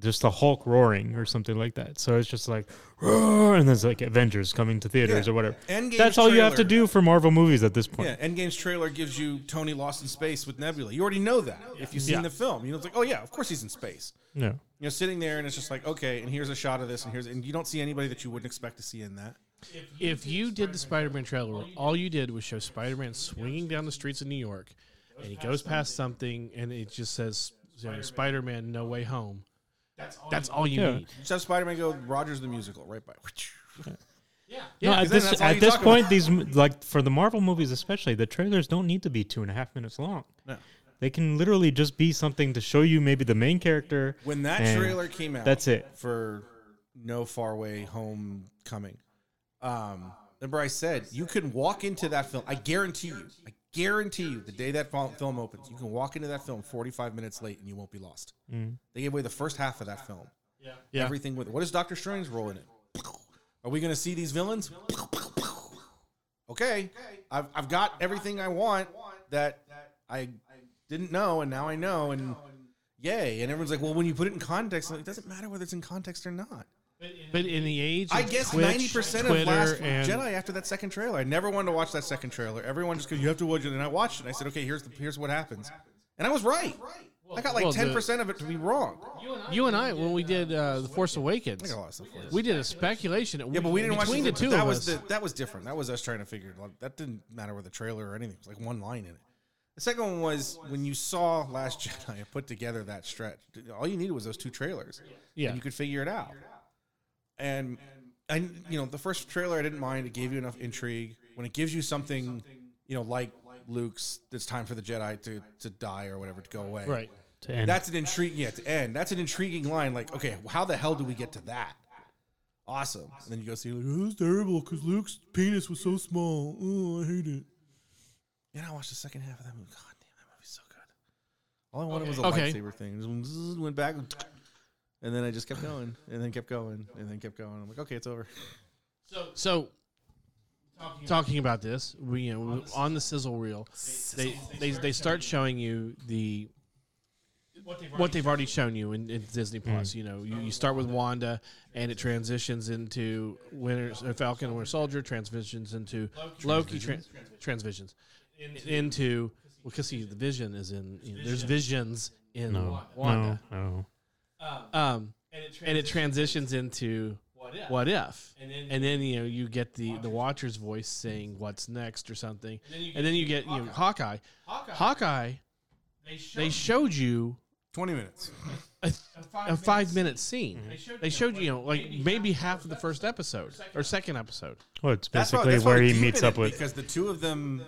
S2: just the Hulk roaring or something like that. So it's just like roar, and there's like Avengers coming to theaters
S3: Yeah.
S2: or whatever.
S3: Endgame's
S2: That's all you have to
S3: trailer.
S2: do for Marvel movies at this point.
S3: Yeah, Endgame's trailer gives you Tony lost in space with Nebula. You already know that if you've seen
S1: Yeah.
S3: the film. You know, it's like, oh yeah, of course he's in space.
S2: No.
S3: You know, sitting there and it's just like, okay, and here's a shot of this, and here's, and you don't see anybody that you wouldn't expect to see in that.
S1: If you did the Spider-Man trailer, all you did was show Spider-Man swinging down the streets of New York, and he goes past something, and it just says you know, "Spider-Man: No Way Home." That's all you
S2: Yeah.
S1: need.
S3: Just have Spider-Man go Rogers the musical right by.
S2: no,
S3: Yeah, 'cause
S2: at
S3: then
S2: this
S3: that's all
S2: at
S3: you
S2: this
S3: talk about.
S2: point, these m- like for the Marvel movies especially, the trailers don't need to be two and a half minutes long.
S3: No.
S2: They can literally just be something to show you maybe the main character.
S3: When that
S2: and
S3: trailer came out,
S2: that's it.
S3: for No Faraway Homecoming. Um, remember, I said you can walk into that film. I guarantee you. I guarantee you, the day that fil- film opens, you can walk into that film 45 minutes late and you won't be lost. They gave away the first half of that film.
S1: Mm. Yeah.
S3: Everything with what is Doctor Strange's role in it? Are we going to see these villains? Okay, I've I've got everything I want that I didn't know, and now I know, and yay! And everyone's like, well, when you put it in context, like, it doesn't matter whether it's in context or not.
S1: But in the age,
S3: I
S1: of
S3: guess
S1: Twitch,
S3: ninety percent
S1: Twitter,
S3: of Last
S1: and
S3: Jedi after that second trailer. I never wanted to watch that second trailer. Everyone just goes, "You have to watch it," and I watched it. And I said, "Okay, here's the here's what happens," and I was right. I got
S1: Well,
S3: like
S1: the-
S3: ten percent of it to be wrong. Oh,
S1: you and I, when we did uh, the Force
S3: I
S1: Awakens,
S3: got a lot of stuff for it.
S1: we did a speculation.
S3: Yeah, but we didn't watch
S1: between
S3: the,
S1: the two
S3: That
S1: of
S3: was
S1: us.
S3: The, that was different. That was us trying to figure. it out. That didn't matter with the trailer or anything. It was like one line in it. The second one was when you saw Last Jedi <laughs> and put together that stretch. All you needed was those two trailers.
S1: Yeah.
S3: and you could figure it out. And and you know the first trailer I didn't mind. It gave you enough intrigue. When it gives you something, you know, like Luke's, it's time for the Jedi to to die or whatever to go away.
S1: right.
S2: to end.
S3: That's an intriguing yeah, to end. That's an intriguing line. Like, okay, how the hell do we get to that? Awesome. And then you go see like, oh, it's terrible because Luke's penis was so small. Oh, I hate it. And I watched the second half of that movie. God damn, that movie's so good. All I wanted was a
S1: Okay.
S3: lightsaber thing. It just zzz, went back, and then I just kept going, and then kept going, and then kept going. I'm like, okay, it's over.
S1: So, talking about this, we you know on the sizzle reel, they they they start showing you the what they've already shown you in, in Disney
S2: Mm.
S1: Plus. You know, you, you start with Wanda, and it transitions into Winter uh, Falcon and Winter Soldier, transitions into Loki, trans transitions into well, because see, the Vision is in. You know, there's visions in
S2: no,
S1: Wanda
S2: no, no.
S1: um, and it, transitions into what if, and then, you know you get the the Watcher's voice saying what's next or something, and then you get, you, know, Hawkeye. Hawkeye, they, showed you
S3: Twenty minutes.
S1: a, a five minute scene. They showed, you, you know, like maybe half of the first episode or second episode.
S2: Well, it's
S3: That's why-
S2: basically
S3: that's why
S2: where
S3: we're
S2: he
S3: keeping
S2: meets
S3: it,
S2: up with.
S3: because the two of them.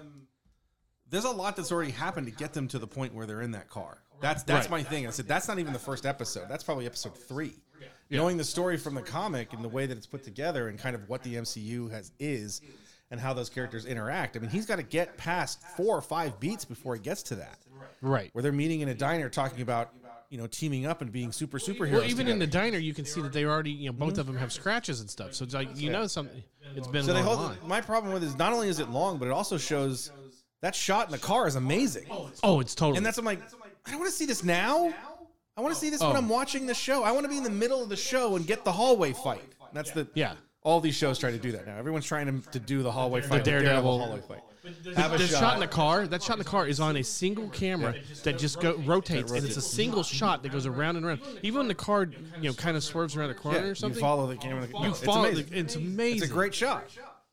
S3: There's a lot that's already happened to get them to the point where they're in that car. That's that's my thing. I said that's not even the first episode. That's probably episode three. Knowing the story from the comic and the way that it's put together and kind of what the MCU has is and how those characters interact. I mean, he's got to get past four or five beats before he gets to that,
S1: Right.
S3: where they're meeting in a diner talking about you know teaming up and being super superheroes.
S1: Well, even in
S3: together.
S1: the diner, you can see that they already, you know, both of them have scratches and stuff. So it's like you know something. It's been
S3: So
S1: a
S3: they
S1: long
S3: hold
S1: line.
S3: my problem with it is not only is it long, but it also shows that shot in the car is amazing.
S1: Oh, it's totally.
S3: And that's I'm like, I don't want to see this now. I want to see this
S1: Oh.
S3: when I'm watching the show. I want to be in the middle of the show and get the hallway fight. And That's the
S1: yeah.
S3: All these shows try to do that now. Everyone's trying to, to do the hallway fight. the
S1: Daredevil.
S3: hallway fight. Have a
S1: the
S3: shot.
S1: shot in the car, that shot in the car is on a single camera that just go, rotates, and it's a single shot that goes around and around. Even when the car, you know, kind of swerves around a corner
S3: Yeah,
S1: or
S3: you
S1: something,
S3: follow the camera. No,
S1: you
S3: it's
S1: follow
S3: amazing.
S1: the- it's amazing.
S3: It's a great shot.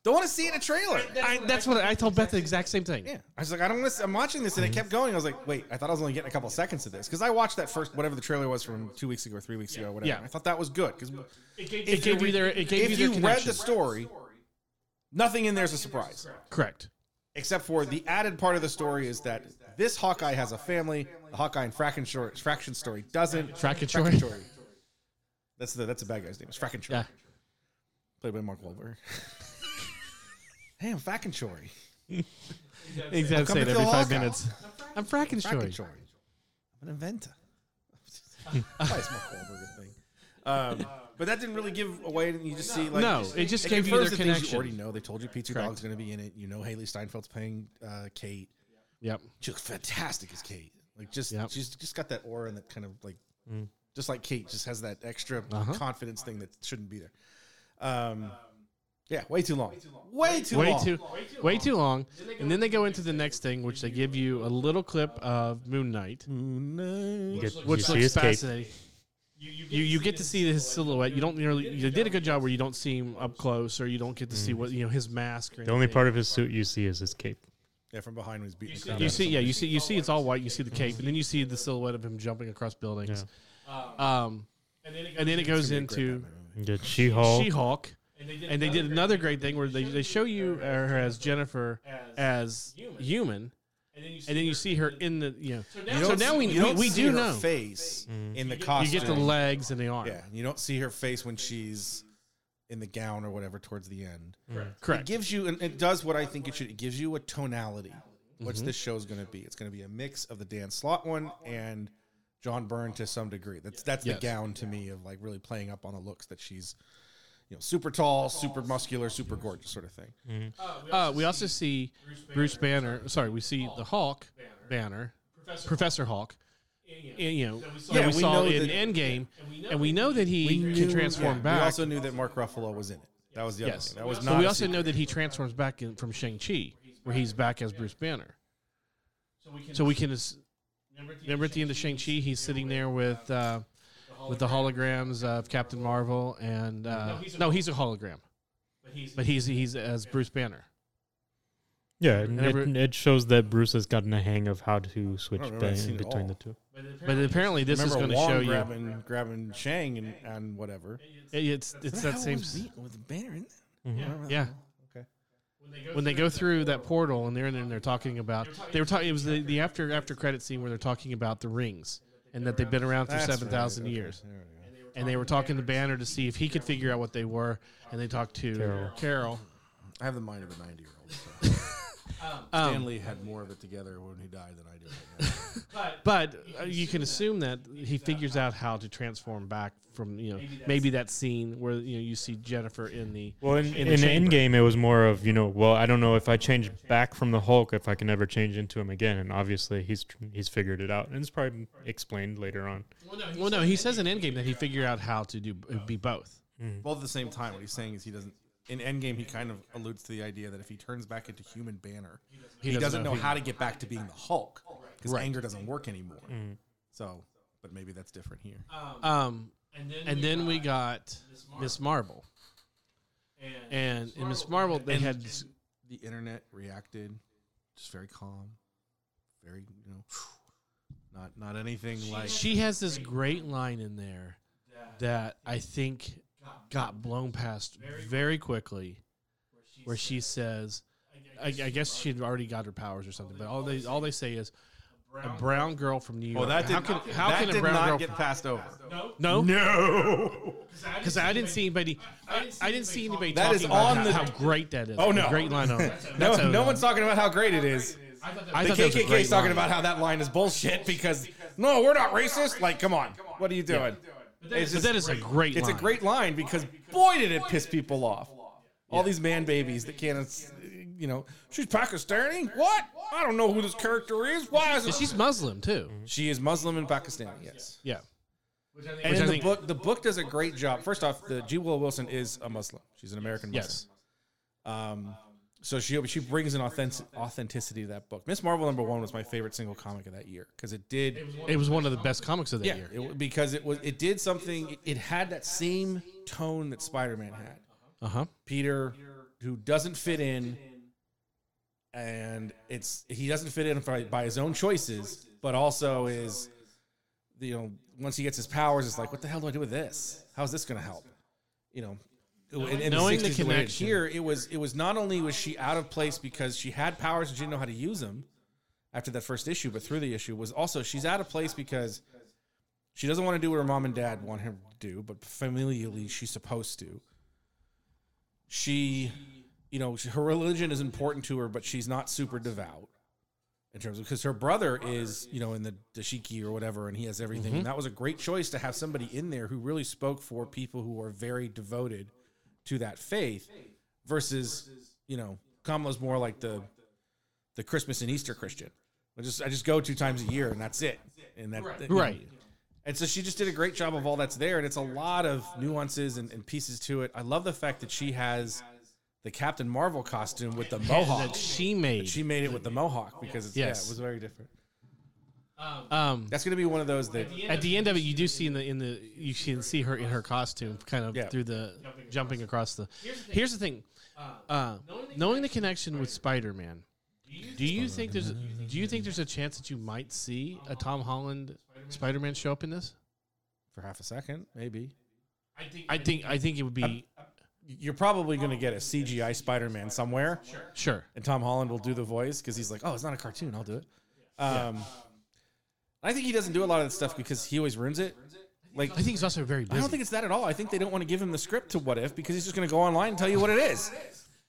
S3: Don't want to see it in a trailer.
S1: I, that's what I told Beth the exact same thing.
S3: Yeah. I was like, I don't want to. I'm watching this, and it kept going. I was like, wait, I thought I was only getting a couple seconds of this because I watched that first, whatever the trailer was from two weeks ago, or three weeks ago, whatever.
S1: Yeah.
S3: I thought that was good because
S1: It gave you their, it gave you their
S3: if you read
S1: connection.
S3: the story, nothing in there is a surprise,
S1: Correct.
S3: except for the added part of the story is that this Hawkeye has a family. The Hawkeye and Fraction short, Fraction story doesn't.
S1: Fraction
S3: Fraction
S1: Short.
S3: story. That's the that's a bad guy's name. It's Fraction short.
S1: Yeah.
S3: Played by Mark Wahlberg. <laughs> Damn, Fraction Chory.
S1: Exactly.
S3: Come to
S1: every
S3: the
S1: five
S3: Hawkeye.
S1: minutes. I'm fracking
S3: Fraction
S1: short.
S3: Chory. I'm an inventor. Why is Mark Wahlberg a thing? Um, but that didn't really give away. anything. You just see like
S1: No, it just gave you
S3: confirms
S1: their
S3: the things You
S1: connection.
S3: already know. They told you Pizza Dog's going to be in it. You know Haley Steinfeld's playing uh, Kate.
S1: Yep.
S3: She looks fantastic as Kate. Like just
S1: Yep.
S3: she's just got that aura and that kind of like
S1: Mm.
S3: just like Kate just has that extra
S1: Uh-huh.
S3: confidence thing that shouldn't be there. Um, yeah, way too long. Way too
S1: way
S3: long.
S1: too way too long and then they go into the next thing which they give you a little clip of moon knight
S3: Moon
S2: You
S3: Knight.
S2: get- you
S1: which
S2: see
S1: looks
S2: his cape.
S1: fascinating you, you get to see his silhouette. You don't really. They did a good job where you don't see him up close, or you don't get to see what you know his mask. Or
S2: Mm. The only
S1: anything.
S2: part of his suit you see is his cape.
S3: Yeah, from behind when he's beating the crap out
S1: you
S3: of
S1: see,
S3: him.
S1: yeah, you see, you see, it's all white. You see the cape, and then you see the silhouette of him jumping across buildings. Um, and then it goes
S3: It's gonna be a great
S1: into
S3: Batman movie.
S2: You get She-Hulk.
S1: She Hulk, And they did, another great thing where they, they show you uh, her as Jennifer as human, and then you see, her, in the you know. So now,
S3: You don't see-
S1: we
S3: you
S1: we,
S3: don't
S1: we
S3: see
S1: do
S3: her
S1: know Mm.
S3: face in the
S1: you
S3: costume.
S1: get the legs and the arm.
S3: yeah, you don't see her face when she's in the gown or whatever towards the end. It
S1: Correct.
S3: gives you, and it does what I think it should. It gives you a tonality. What's
S1: Mm-hmm.
S3: this show's going to be? It's going to be a mix of the Dan Slott one and John Byrne to some degree. That's that's
S1: Yes.
S3: the gown to me of like really playing up on the looks that she's, you know, super tall, super muscular, super gorgeous sort of thing.
S1: Uh, we also see Bruce Banner. Sorry, we see the Hulk Banner, Professor, Hulk. and, you know, that
S3: Yeah,
S1: we
S3: we
S1: saw
S3: know
S1: in
S3: that-
S1: Endgame, and we know that he can transform
S3: Yeah,
S1: back.
S3: We also knew that Mark Ruffalo was in it. That was the other
S1: Yes.
S3: thing. That was
S1: But
S3: not.
S1: we
S3: a
S1: also
S3: secret.
S1: know <laughs> that he transforms back in, from Shang Chi, where he's back as Bruce Banner. So we can as- remember at the end of Shang Chi, he's sitting there with uh, with the holograms of Captain Marvel, and uh, no, he's a hologram, but he's he's as Bruce Banner.
S2: Yeah, and
S1: every-
S2: it, it shows that Bruce has gotten a hang of how to switch
S3: I don't remember
S2: between
S3: seeing it
S2: between
S3: all.
S2: the two.
S1: But apparently, this is
S3: Remember
S1: going to
S3: Wong
S1: show you.
S3: grabbing, grabbing Shang and, and whatever.
S1: It- It's it's that same.
S3: with Banner.
S2: Mm-hmm.
S1: Yeah.
S3: Okay.
S1: When they go through that portal and they're in there and they're talking about they were talking it was the, the after after credit scene where they're talking about the rings and that they've been around for
S3: That's right,
S1: seven thousand
S3: okay,
S1: years
S3: there we go.
S1: and they were talking to Banner to see if he could figure out what they were and they talked to Carol.
S2: Carol.
S3: I have the mind of a ninety-year-old. <laughs>
S1: Um,
S3: Stanley had more of it together when he died than I do. Right now.
S1: but uh, you can assume that he figures out how to transform back from you know maybe that scene where you know you see Jennifer in the
S2: Well, in,
S1: in
S2: in,
S1: the chamber.
S2: Endgame, it was more of you know, well, I don't know if I change back from the Hulk if I can ever change into him again, and obviously he's tr- he's figured it out, and it's probably explained later on.
S1: well no he says in Endgame that he figured out how to do be both
S3: Both at the same time, what he's saying is he doesn't. In Endgame, he kind of alludes to the idea that if he turns back into human Banner, he, doesn't, know,
S1: if he-
S3: how to get back to being the Hulk because
S1: Right.
S3: anger doesn't work anymore. So, but maybe that's different here.
S1: Um, and then, we got Miss Marvel. And in Miss Marvel, they had s-
S3: the internet reacted just very calm, very you know, not not anything like
S1: she has this great line in there that I think got blown past very quickly, where she says, I, I guess she had already got her powers or something, but all they all they say is a brown girl from New York.
S3: Well, oh, that
S1: how
S3: did,
S1: can how
S3: that
S1: can a
S3: did
S1: brown
S3: not
S1: girl
S3: get
S1: from,
S3: passed over.
S1: no
S3: No.
S1: because I didn't see anybody I, I didn't see anybody
S3: That
S1: talking
S3: is
S1: about
S3: on
S1: how,
S3: the-
S1: how great that is
S3: Oh, no.
S1: great line on that
S3: No,
S1: That's a-
S3: no one's talking about how great it is.
S1: I
S3: The
S1: thought that was a
S3: KKK
S1: great
S3: is talking
S1: line.
S3: about how that line
S1: <laughs>
S3: is bullshit because no, we're not racist. Like, come on, what are you doing? It's
S1: But
S3: just-
S1: that is a great.
S3: It's a
S1: line.
S3: great line because boy did it piss people off. All these man babies that can't, uh, you know, she's Pakistani. What? I don't know who this character is. Why is
S1: And
S3: it?
S1: she's Muslim too.
S3: She is Muslim and Pakistani. Yes.
S1: Yeah. Which
S3: And
S1: I
S3: in the
S1: think-
S3: book, the book does a great job. First off, the G. Willow Wilson is a Muslim. She's an American Muslim.
S1: Yes.
S3: Um, so she she brings an authentic, authenticity to that book. Miss Marvel number one was my favorite single comic of that year because it did
S1: It was one of the best comics of that
S3: yeah
S1: year.
S3: it, because it was it did something it, it had that same tone that Spider Man had.
S1: Uh huh.
S3: Peter who doesn't fit in, and it's he doesn't fit in by, by his own choices, but also is you know once he gets his powers, it's like what the hell do I do with this? How's this going to help? You know. In, in
S1: Knowing the
S3: the 60s, the way it is
S1: connection.
S3: here, it was it was not only was she out of place because she had powers and she didn't know how to use them after that first issue, but through the issue was also she's out of place because she doesn't want to do what her mom and dad want her to do, but familially she's supposed to. She, you know, she- her religion is important to her, but she's not super devout in terms of because her brother is, you know, in the dashiki or whatever, and he has everything. And that was a great choice to have somebody in there who really spoke for people who are very devoted to that faith versus, you know, Kamala's more like the the Christmas and Easter Christian. I just I just go two times a year and that's it. And that you know,
S1: Right.
S3: and so she just did a great job of all that's there. And it's a lot of nuances and, and pieces to it. I love the fact that she has the Captain Marvel costume with the mohawk.
S1: That she made.
S3: She made it with the mohawk because it's,
S1: Yes.
S3: yeah, it was very different.
S1: um.
S3: That's going to be one of those that,
S1: At the end of it, you do see in the in the you can see her in her costume, kind of
S3: Yeah.
S1: through the jumping across the. Here's the thing. Uh, knowing the connection with Spider-Man, do you think there's a- do you think there's a chance that you might see a Tom Holland Spider-Man show up in this?
S3: for half a second, maybe.
S1: I think I think it would be
S3: you're probably going to get a CGI Spider-Man somewhere,
S1: Sure.
S3: and Tom Holland will do the voice because he's like, "Oh, it's not a cartoon. I'll do it." Um, I think he doesn't do a lot of that stuff because he always ruins it. Like,
S1: I think he's also very busy.
S3: I don't think it's that at all. I think they don't want to give him the script to What If because he's just going to go online and tell you what it is.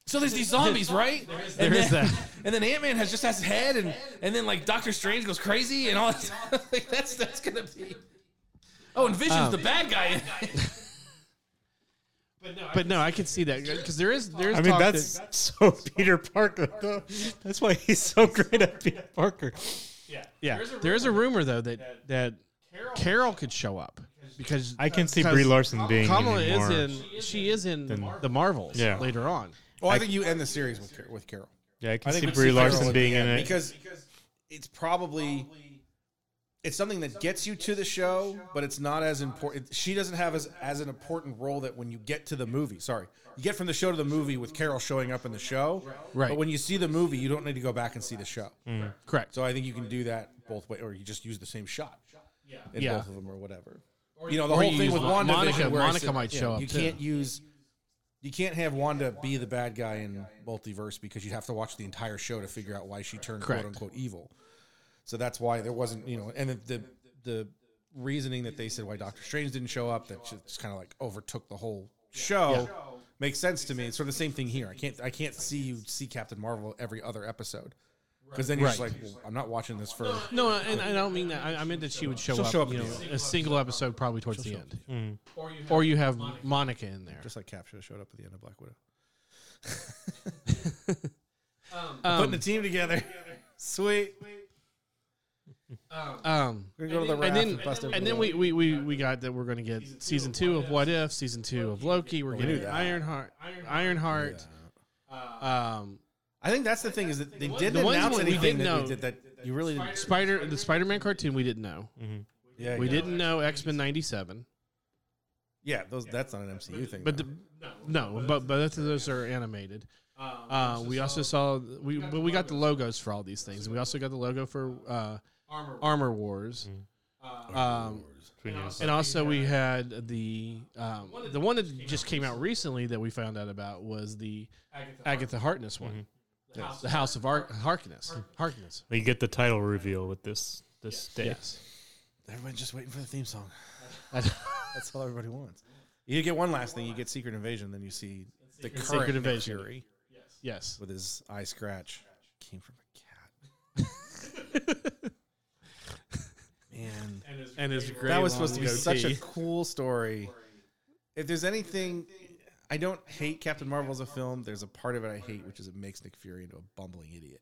S3: So there's these zombies, right?
S1: There
S3: and
S1: is
S3: then,
S1: that.
S3: And then Ant Man has just has his head, and and then like Doctor Strange goes crazy, and all that. <laughs> like that's that's gonna be. Oh, and Vision's
S1: Um,
S3: the bad guy.
S1: but no, I can see that because there is there is.
S2: I mean,
S1: talk
S2: that's
S1: that-
S2: so
S1: <laughs>
S2: Peter Parker. Though. <laughs> That's why he's so great at Peter Parker.
S1: yeah. There is a rumor though that that Carol could show up because
S2: I can see
S1: because
S2: Brie Larson being
S1: Kamala
S2: even
S1: is
S2: more-
S1: in. She is in the Marvels
S2: Yeah.
S1: later on.
S3: well, <laughs> I think you end the series with with Carol.
S2: Yeah, I can
S3: I
S2: see
S3: think
S2: Brie Larson being in it.
S3: because it's probably it's something that gets you to the show, but it's not as important. She doesn't have as as an important role that when you get to the movie. Sorry, you get from the show to the movie with Carol showing up in the show.
S1: Right.
S3: But when you see the movie, you don't need to go back and see the show.
S2: Mm.
S1: Correct.
S3: So I think you can do that both ways, or you just use the same shot in
S1: Yeah.
S3: both of them, or whatever. you know, the
S1: or
S3: whole
S1: you
S3: thing
S1: use
S3: with
S1: Mon-
S3: Wanda.
S1: Monica- Monica might show up,
S3: You
S1: too.
S3: can't use. You can't have Wanda be the bad guy in multiverse because you'd have to watch the entire show to figure out why she turned
S1: Correct.
S3: quote unquote evil. So that's why there wasn't, you know, and the the, the reasoning that they said why Doctor Strange didn't show up that just kind of like overtook the whole show makes sense to me. It's sort of the same thing here. I can't I can't see you see Captain Marvel every other episode because then you're
S1: Right.
S3: just like well, I'm not watching this for
S1: No, and I don't mean that. I, I meant that she would show
S3: She'll
S1: up.
S3: show up
S1: you
S3: in
S1: know,
S3: the
S1: a single episode probably towards the end,
S2: Mm.
S1: or you have Monica in there.
S3: just like Cap should have showed up at the end of Black Widow.
S1: Um,
S3: Putting a team together, <laughs> sweet.
S1: um,
S3: We're gonna go to
S1: and
S3: the raft
S1: then
S3: and bust
S1: and then we, we, we, we got that we're going to get season two of What If, season two of Loki. We're
S3: knew
S1: getting
S3: that.
S1: Ironheart, Ironheart. Um,
S3: I think that's the thing is that they didn't
S1: The ones
S3: announce
S1: we- we didn't
S3: anything that
S1: know.
S3: we did that you really didn't.
S1: Spider the Spider Man cartoon we didn't know.
S3: Yeah,
S1: We
S3: yeah.
S1: didn't know X Men '97,
S3: Yeah, those that's not an MCU thing.
S1: but
S3: though.
S1: the, no, but both of those are animated. Uh, we also saw we but we got the logos for all these things. We also got the logo for uh, Armor Wars.
S2: Mm-hmm.
S1: Um, and also we had the um, the one that just came out recently that we found out about was the Agatha Harkness
S2: Mm-hmm.
S1: one, the House of Ar- Harkness. Harkness.
S2: We get the title reveal with this this day.
S1: Yes.
S3: everyone's just waiting for the theme song.
S1: That's-
S3: <laughs> That's all everybody wants. You get one last thing. You get Secret Invasion. Then you see the current
S1: Secret
S3: Nick
S1: Invasion.
S3: Fury
S1: Yes.
S3: with his eye scratch came from a cat.
S1: <laughs>
S3: Man,
S1: And his gray
S3: that was
S1: long
S3: supposed to be such a
S1: goatee.
S3: cool story. If there's anything, I don't hate Captain Marvel as a film. There's a part of it I hate, which is it makes Nick Fury into a bumbling idiot.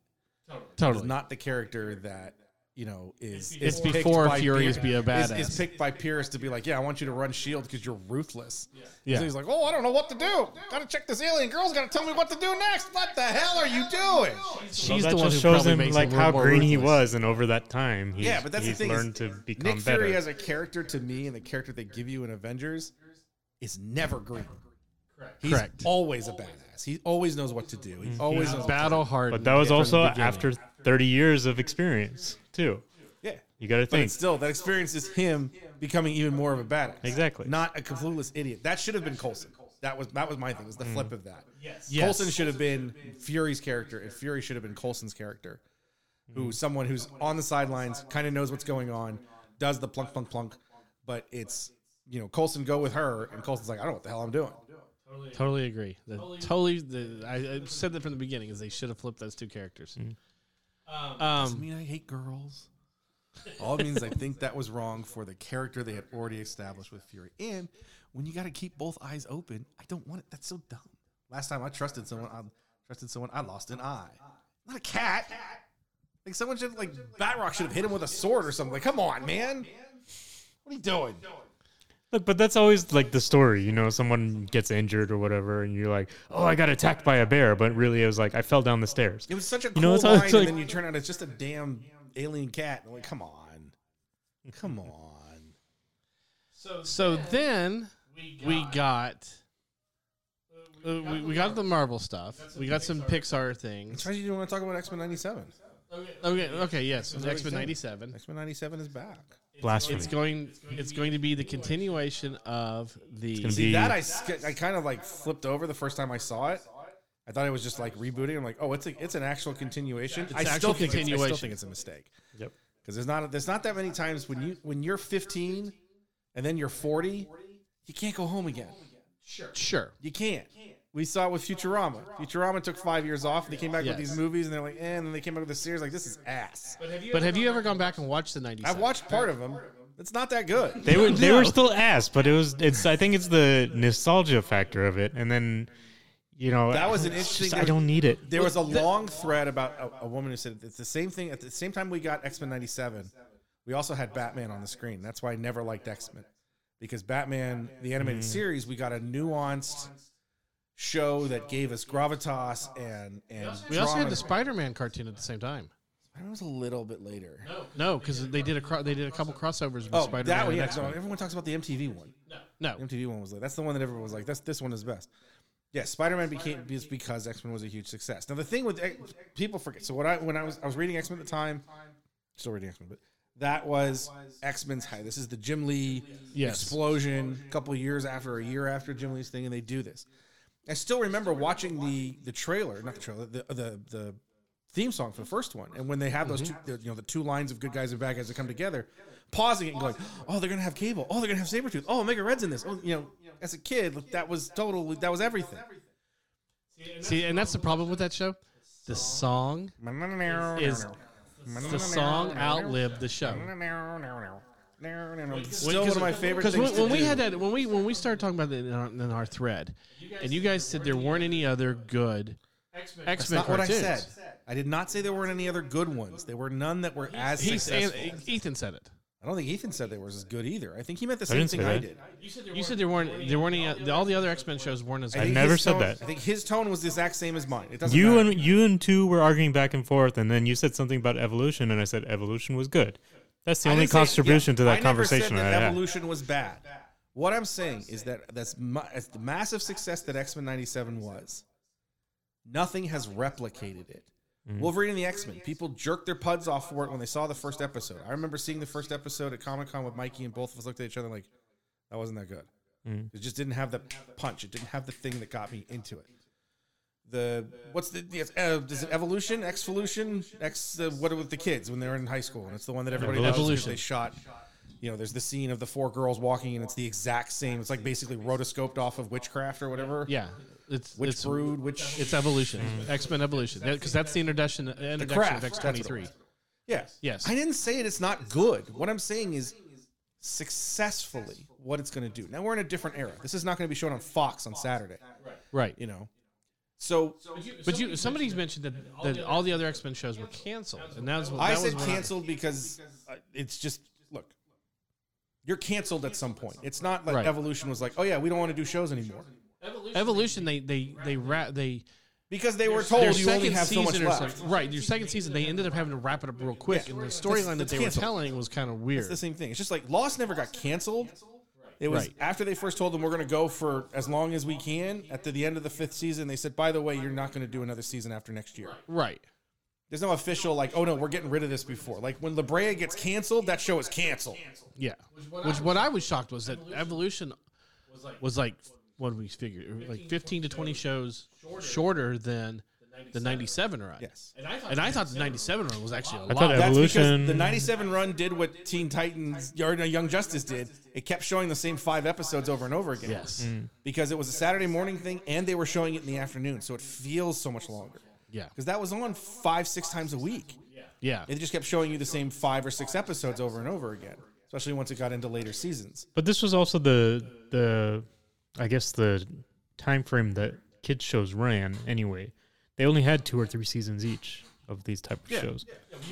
S3: It's
S1: totally
S3: not the character that you know is.
S1: It's
S3: is picked
S1: before
S3: by
S1: Fury
S3: peers-
S1: is be a
S3: is-
S1: badass.
S3: Is picked by peers to be like, yeah, I E want you to run Shield because you're ruthless.
S1: Yeah.
S3: So he's like, oh, I don't know what to do. Got to check this alien girl's got to tell me what to do next. What the hell are you doing?
S2: So
S1: She's
S2: that
S1: the one who
S2: just shows
S1: probably
S2: him
S1: makes
S2: like
S1: him a
S2: how
S1: little more
S2: green he
S1: ruthless.
S2: was, and over that time, he's,
S3: Yeah, but that's the
S2: he's
S3: thing is
S2: learned to become
S3: Nick
S2: better.
S3: Fury as a character to me, and the character they give you in Avengers is never green. He's
S1: Correct. Mm-hmm.
S3: always a badass. He always knows what to do. He always knows.
S1: battle hard.
S2: but that was also after 30 years of experience too.
S3: Yeah.
S2: You got to
S3: But
S2: think.
S3: it's still, that experience is him becoming even more of a badass.
S2: Exactly.
S3: Not a clueless idiot. That should have been Colson. That was that was my thing. It was the flip of that.
S1: Yes.
S3: Colson should have been Fury's character, and Fury should have been Colson's character, who someone who's on the sidelines, kind of knows what's going on, does the plunk plunk plunk, but it's you know Colson go with her, and Colson's like, I don't know what the hell I'm doing.
S1: Totally agree. The, totally, the, I, I said that from the beginning. Is they should have flipped those two characters.
S2: Mm.
S3: I
S1: Um,
S3: mean, I hate girls. All it means I think that was wrong for the character they had already established with Fury. And when you got to keep both eyes open, I don't want it. That's so dumb. Last time I trusted someone, I trusted someone, I lost an eye. Not a cat. Like someone should like Batrock should have hit him with a sword or something. Like, come on, man. What are you doing?
S2: Look, but that's always like the story, you know, someone gets injured or whatever, and you're like, oh, I got attacked by a bear, but really it was like I fell down the stairs.
S3: It was such a cool
S2: know, it's all-
S3: line,
S2: it's
S3: and
S2: like-
S3: then you turn out it's just a damn alien cat. I'm like, come on, come on.
S1: so then we got uh, we, we got the Marvel stuff. We got some Pixar things.
S3: Why do you want to talk about X Men '97?
S1: Okay, okay, yes, X Men '97.
S3: X Men '97 is back.
S2: Blasphemy.
S1: It's going. It's going to be the continuation of the.
S2: gonna be-
S3: See, that I, sk- I kind of like flipped over the first time I saw it. I thought it was just like rebooting. I'm like, oh, it's a, it's an actual continuation. I,
S1: actual
S3: still think It's, I
S1: continuation.
S3: still think it's a mistake
S2: yep.
S3: because there's not there's not that many times when you when you're 15 and then you're 40, you can't go home again.
S1: sure.
S3: You can't. We saw it with Futurama. Futurama took five years off. And they came back with
S1: Yes.
S3: these movies, and they're like, eh, and then they came back with a series like this is ass.
S1: But have you ever gone back and watched the 90s?
S3: I've watched part of them. It's not that good.
S2: They were they
S1: No.
S3: <laughs>
S2: were still ass, but it was it's I think it's the nostalgia factor of it, and then you know
S3: That was an
S2: it's
S3: interesting-
S2: Just, I don't need it.
S3: There was a long thread about a, a woman who said it's the same thing. At the same time, we got X Men '97. We also had Batman on the screen. That's why I never liked X Men because Batman, the
S1: Mm.
S3: animated series, we got a nuanced show that gave us gravitas and and
S1: We also
S3: drama.
S1: had the Spider-Man cartoon at the same time.
S3: It was a little bit later.
S1: No, because they did a cro- they did a couple crossovers with
S3: oh,
S1: Spider-Man.
S3: that one.
S1: and
S3: Yeah, no,
S1: X-Men.
S3: everyone talks about the MTV one.
S1: no,
S3: The MTV one was like that's the one that everyone was like that's this one is best. Yeah, Spider Man became just because X Men was a huge success. Now the thing with X- people forget. So what I when I was I was reading X Men at the time, still reading X Men, but that was X Men's high. This is the Jim Lee
S1: Yes.
S3: explosion, a couple years after, a year after Jim Lee's thing, and they do this. I still remember watching the the trailer, not the trailer, the the the theme song for the first one, and when they have those two, the, you know, the two lines of good guys and bad guys that come together, pausing it and going, "Oh, they're gonna have Cable. Oh, they're gonna have Sabretooth. Oh, Omega Red's in this. Oh, you know." As a kid, like, that was totally that was everything.
S1: see, and that's the problem with that show. The song,
S3: Is
S1: the song outlived the show.
S3: still one of my favorite
S1: Because
S3: things
S1: when,
S3: to
S1: when we
S3: do.
S1: had that, when we when we started talking about it in our, in our thread, and you guys said there weren't any other good X-Men,
S3: That's not what I
S1: cartoons.
S3: said. I did not say there weren't any other good ones. There were none that were as
S1: He's, and,
S3: successful.
S1: Ethan said it.
S3: I don't think Ethan said they were as good either. I think he meant the same
S2: didn't say
S3: thing I
S2: that.
S3: did.
S1: You said there weren't there weren't any, all the other X Men shows weren't as
S3: I think
S1: good.
S2: never
S3: his
S2: said
S3: tone-
S2: that.
S3: I think his tone was the exact same as mine. It doesn't
S2: You
S3: matter.
S2: and you and two were arguing back and forth, and then you said something about evolution, and I said evolution was good. That's the
S3: I
S2: only
S3: didn't say-
S2: contribution
S3: yeah,
S2: to
S3: I
S2: that
S3: never
S2: conversation
S3: Said
S2: I
S3: that
S2: had.
S3: evolution was bad. What I'm saying is that that's mu- it's the massive success that X Men '97 was. Nothing has replicated it.
S2: Mm-hmm.
S3: Wolverine and the X Men. People jerked their puds off for it when they saw the first episode. I remember seeing the first episode at Comic Con with Mikey, and both of us looked at each other like, "That wasn't that good."
S1: Mm.
S3: It just didn't have the punch. It didn't have the thing that got me into it. The what's the yes, uh, is it evolution, exvolution, X? Uh, what with the kids when they're in high school? And it's the one that everybody knows 'cause
S1: Evolution.
S3: They shot. You know, there's the scene of the four girls walking, and it's the exact same. It's like basically rotoscoped off of witchcraft or whatever.
S1: Yeah, it's
S3: which
S1: it's,
S3: brood, which
S1: it's evolution, X Men evolution, because that's the introduction introduction of
S3: craft,
S1: X
S3: that's what
S1: twenty
S3: it
S1: three.
S3: was. Yeah.
S1: Yes.
S3: I didn't say it. It's not good. What I'm saying is successfully what it's going to do. Now we're in a different era. This is not going to be shown on Fox on Saturday.
S1: Right.
S3: You know. So
S1: But you, somebody's mentioned that, that all the other X Men shows were canceled, and that was what
S3: I
S1: that was
S3: said
S1: when
S3: canceled because uh, it's just look. You're canceled at some point. It's not like
S1: Right.
S3: Evolution was like, oh yeah, we don't want to do shows anymore
S1: Evolution. They they they ra- they
S3: because they were told you only have so much
S1: or
S3: left.
S1: something. Right, your second season. They ended up having to wrap it up real quick,
S3: Yeah.
S1: and the storyline that
S3: That's-
S1: they were
S3: that's canceled.
S1: telling was kind of weird.
S3: It's the same thing. It's just like Lost never got canceled. It was
S1: Right.
S3: after they first told them we're going to go for as long as we can. At the, the end of the fifth season, they said, by the way, you're not going to do another season after next year.
S1: Right.
S3: There's no official like, oh no, we're getting rid of this before. Like when La Brea gets canceled, that show is canceled.
S1: Yeah. Which what I was shocked was that Evolution was like what did we figure like 15 to 20 shows shorter than the 97 run.
S3: Yes.
S1: And I thought the 97 run was actually a
S2: thought
S1: lot.
S2: that-
S3: That's because
S2: Evolution-
S3: the 97 run did what Teen Titans or no, Young Justice did. It kept showing the same five episodes over and over again.
S1: Yes.
S3: Because it was a Saturday morning thing and they were showing it in the afternoon. So it feels so much longer.
S1: Yeah.
S3: Because that was on five, six times a week.
S1: Yeah.
S3: It just kept showing you the same five or six episodes over and over again, especially once it got into later seasons.
S2: But this was also the the I guess the time frame that kids shows ran anyway. They only had two or three seasons each of these type of shows.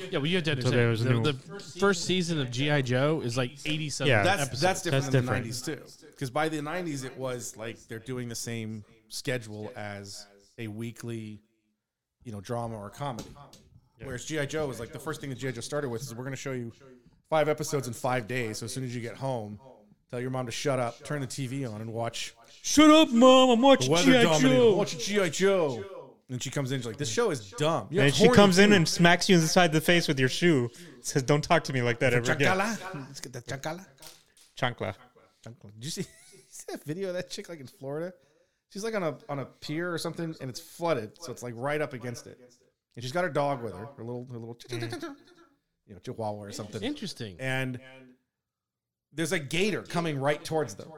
S1: Yeah, well, you have to
S2: So there
S1: understand.
S2: was
S1: the,
S2: a new-
S1: the first season of GI Joe is like eighty something.
S2: Yeah.
S3: That's
S1: episodes.
S3: that's different
S2: That's
S3: than
S2: different.
S3: the 90s too. Because by the 90s it was like they're doing the same schedule as a weekly, you know, drama or comedy. Whereas GI Joe was like the first thing that GI Joe started with is we're going to show you five episodes in five days. So as soon as you get home, tell your mom to shut up, turn the TV on, and watch
S2: Shut up, mom! I'm watching
S3: Weather Dominator. Watch GI Joe. And she comes in, she's like, "This show is dumb." You're
S2: and she
S3: horny,
S2: comes in
S3: dude.
S2: and smacks you inside the face with your shoe. Says, "Don't talk to me like that ever again."
S3: Chacala. Let's get that chacala.
S2: Chancla.
S3: Chacala. Did you see, <laughs> you see that video of that chick like in Florida? She's like on a on a pier or something, and it's flooded, so it's like right up against it. And she's got her dog with her, her little her little, you know, Chihuahua or something.
S1: Interesting.
S3: and there's a gator coming right towards them.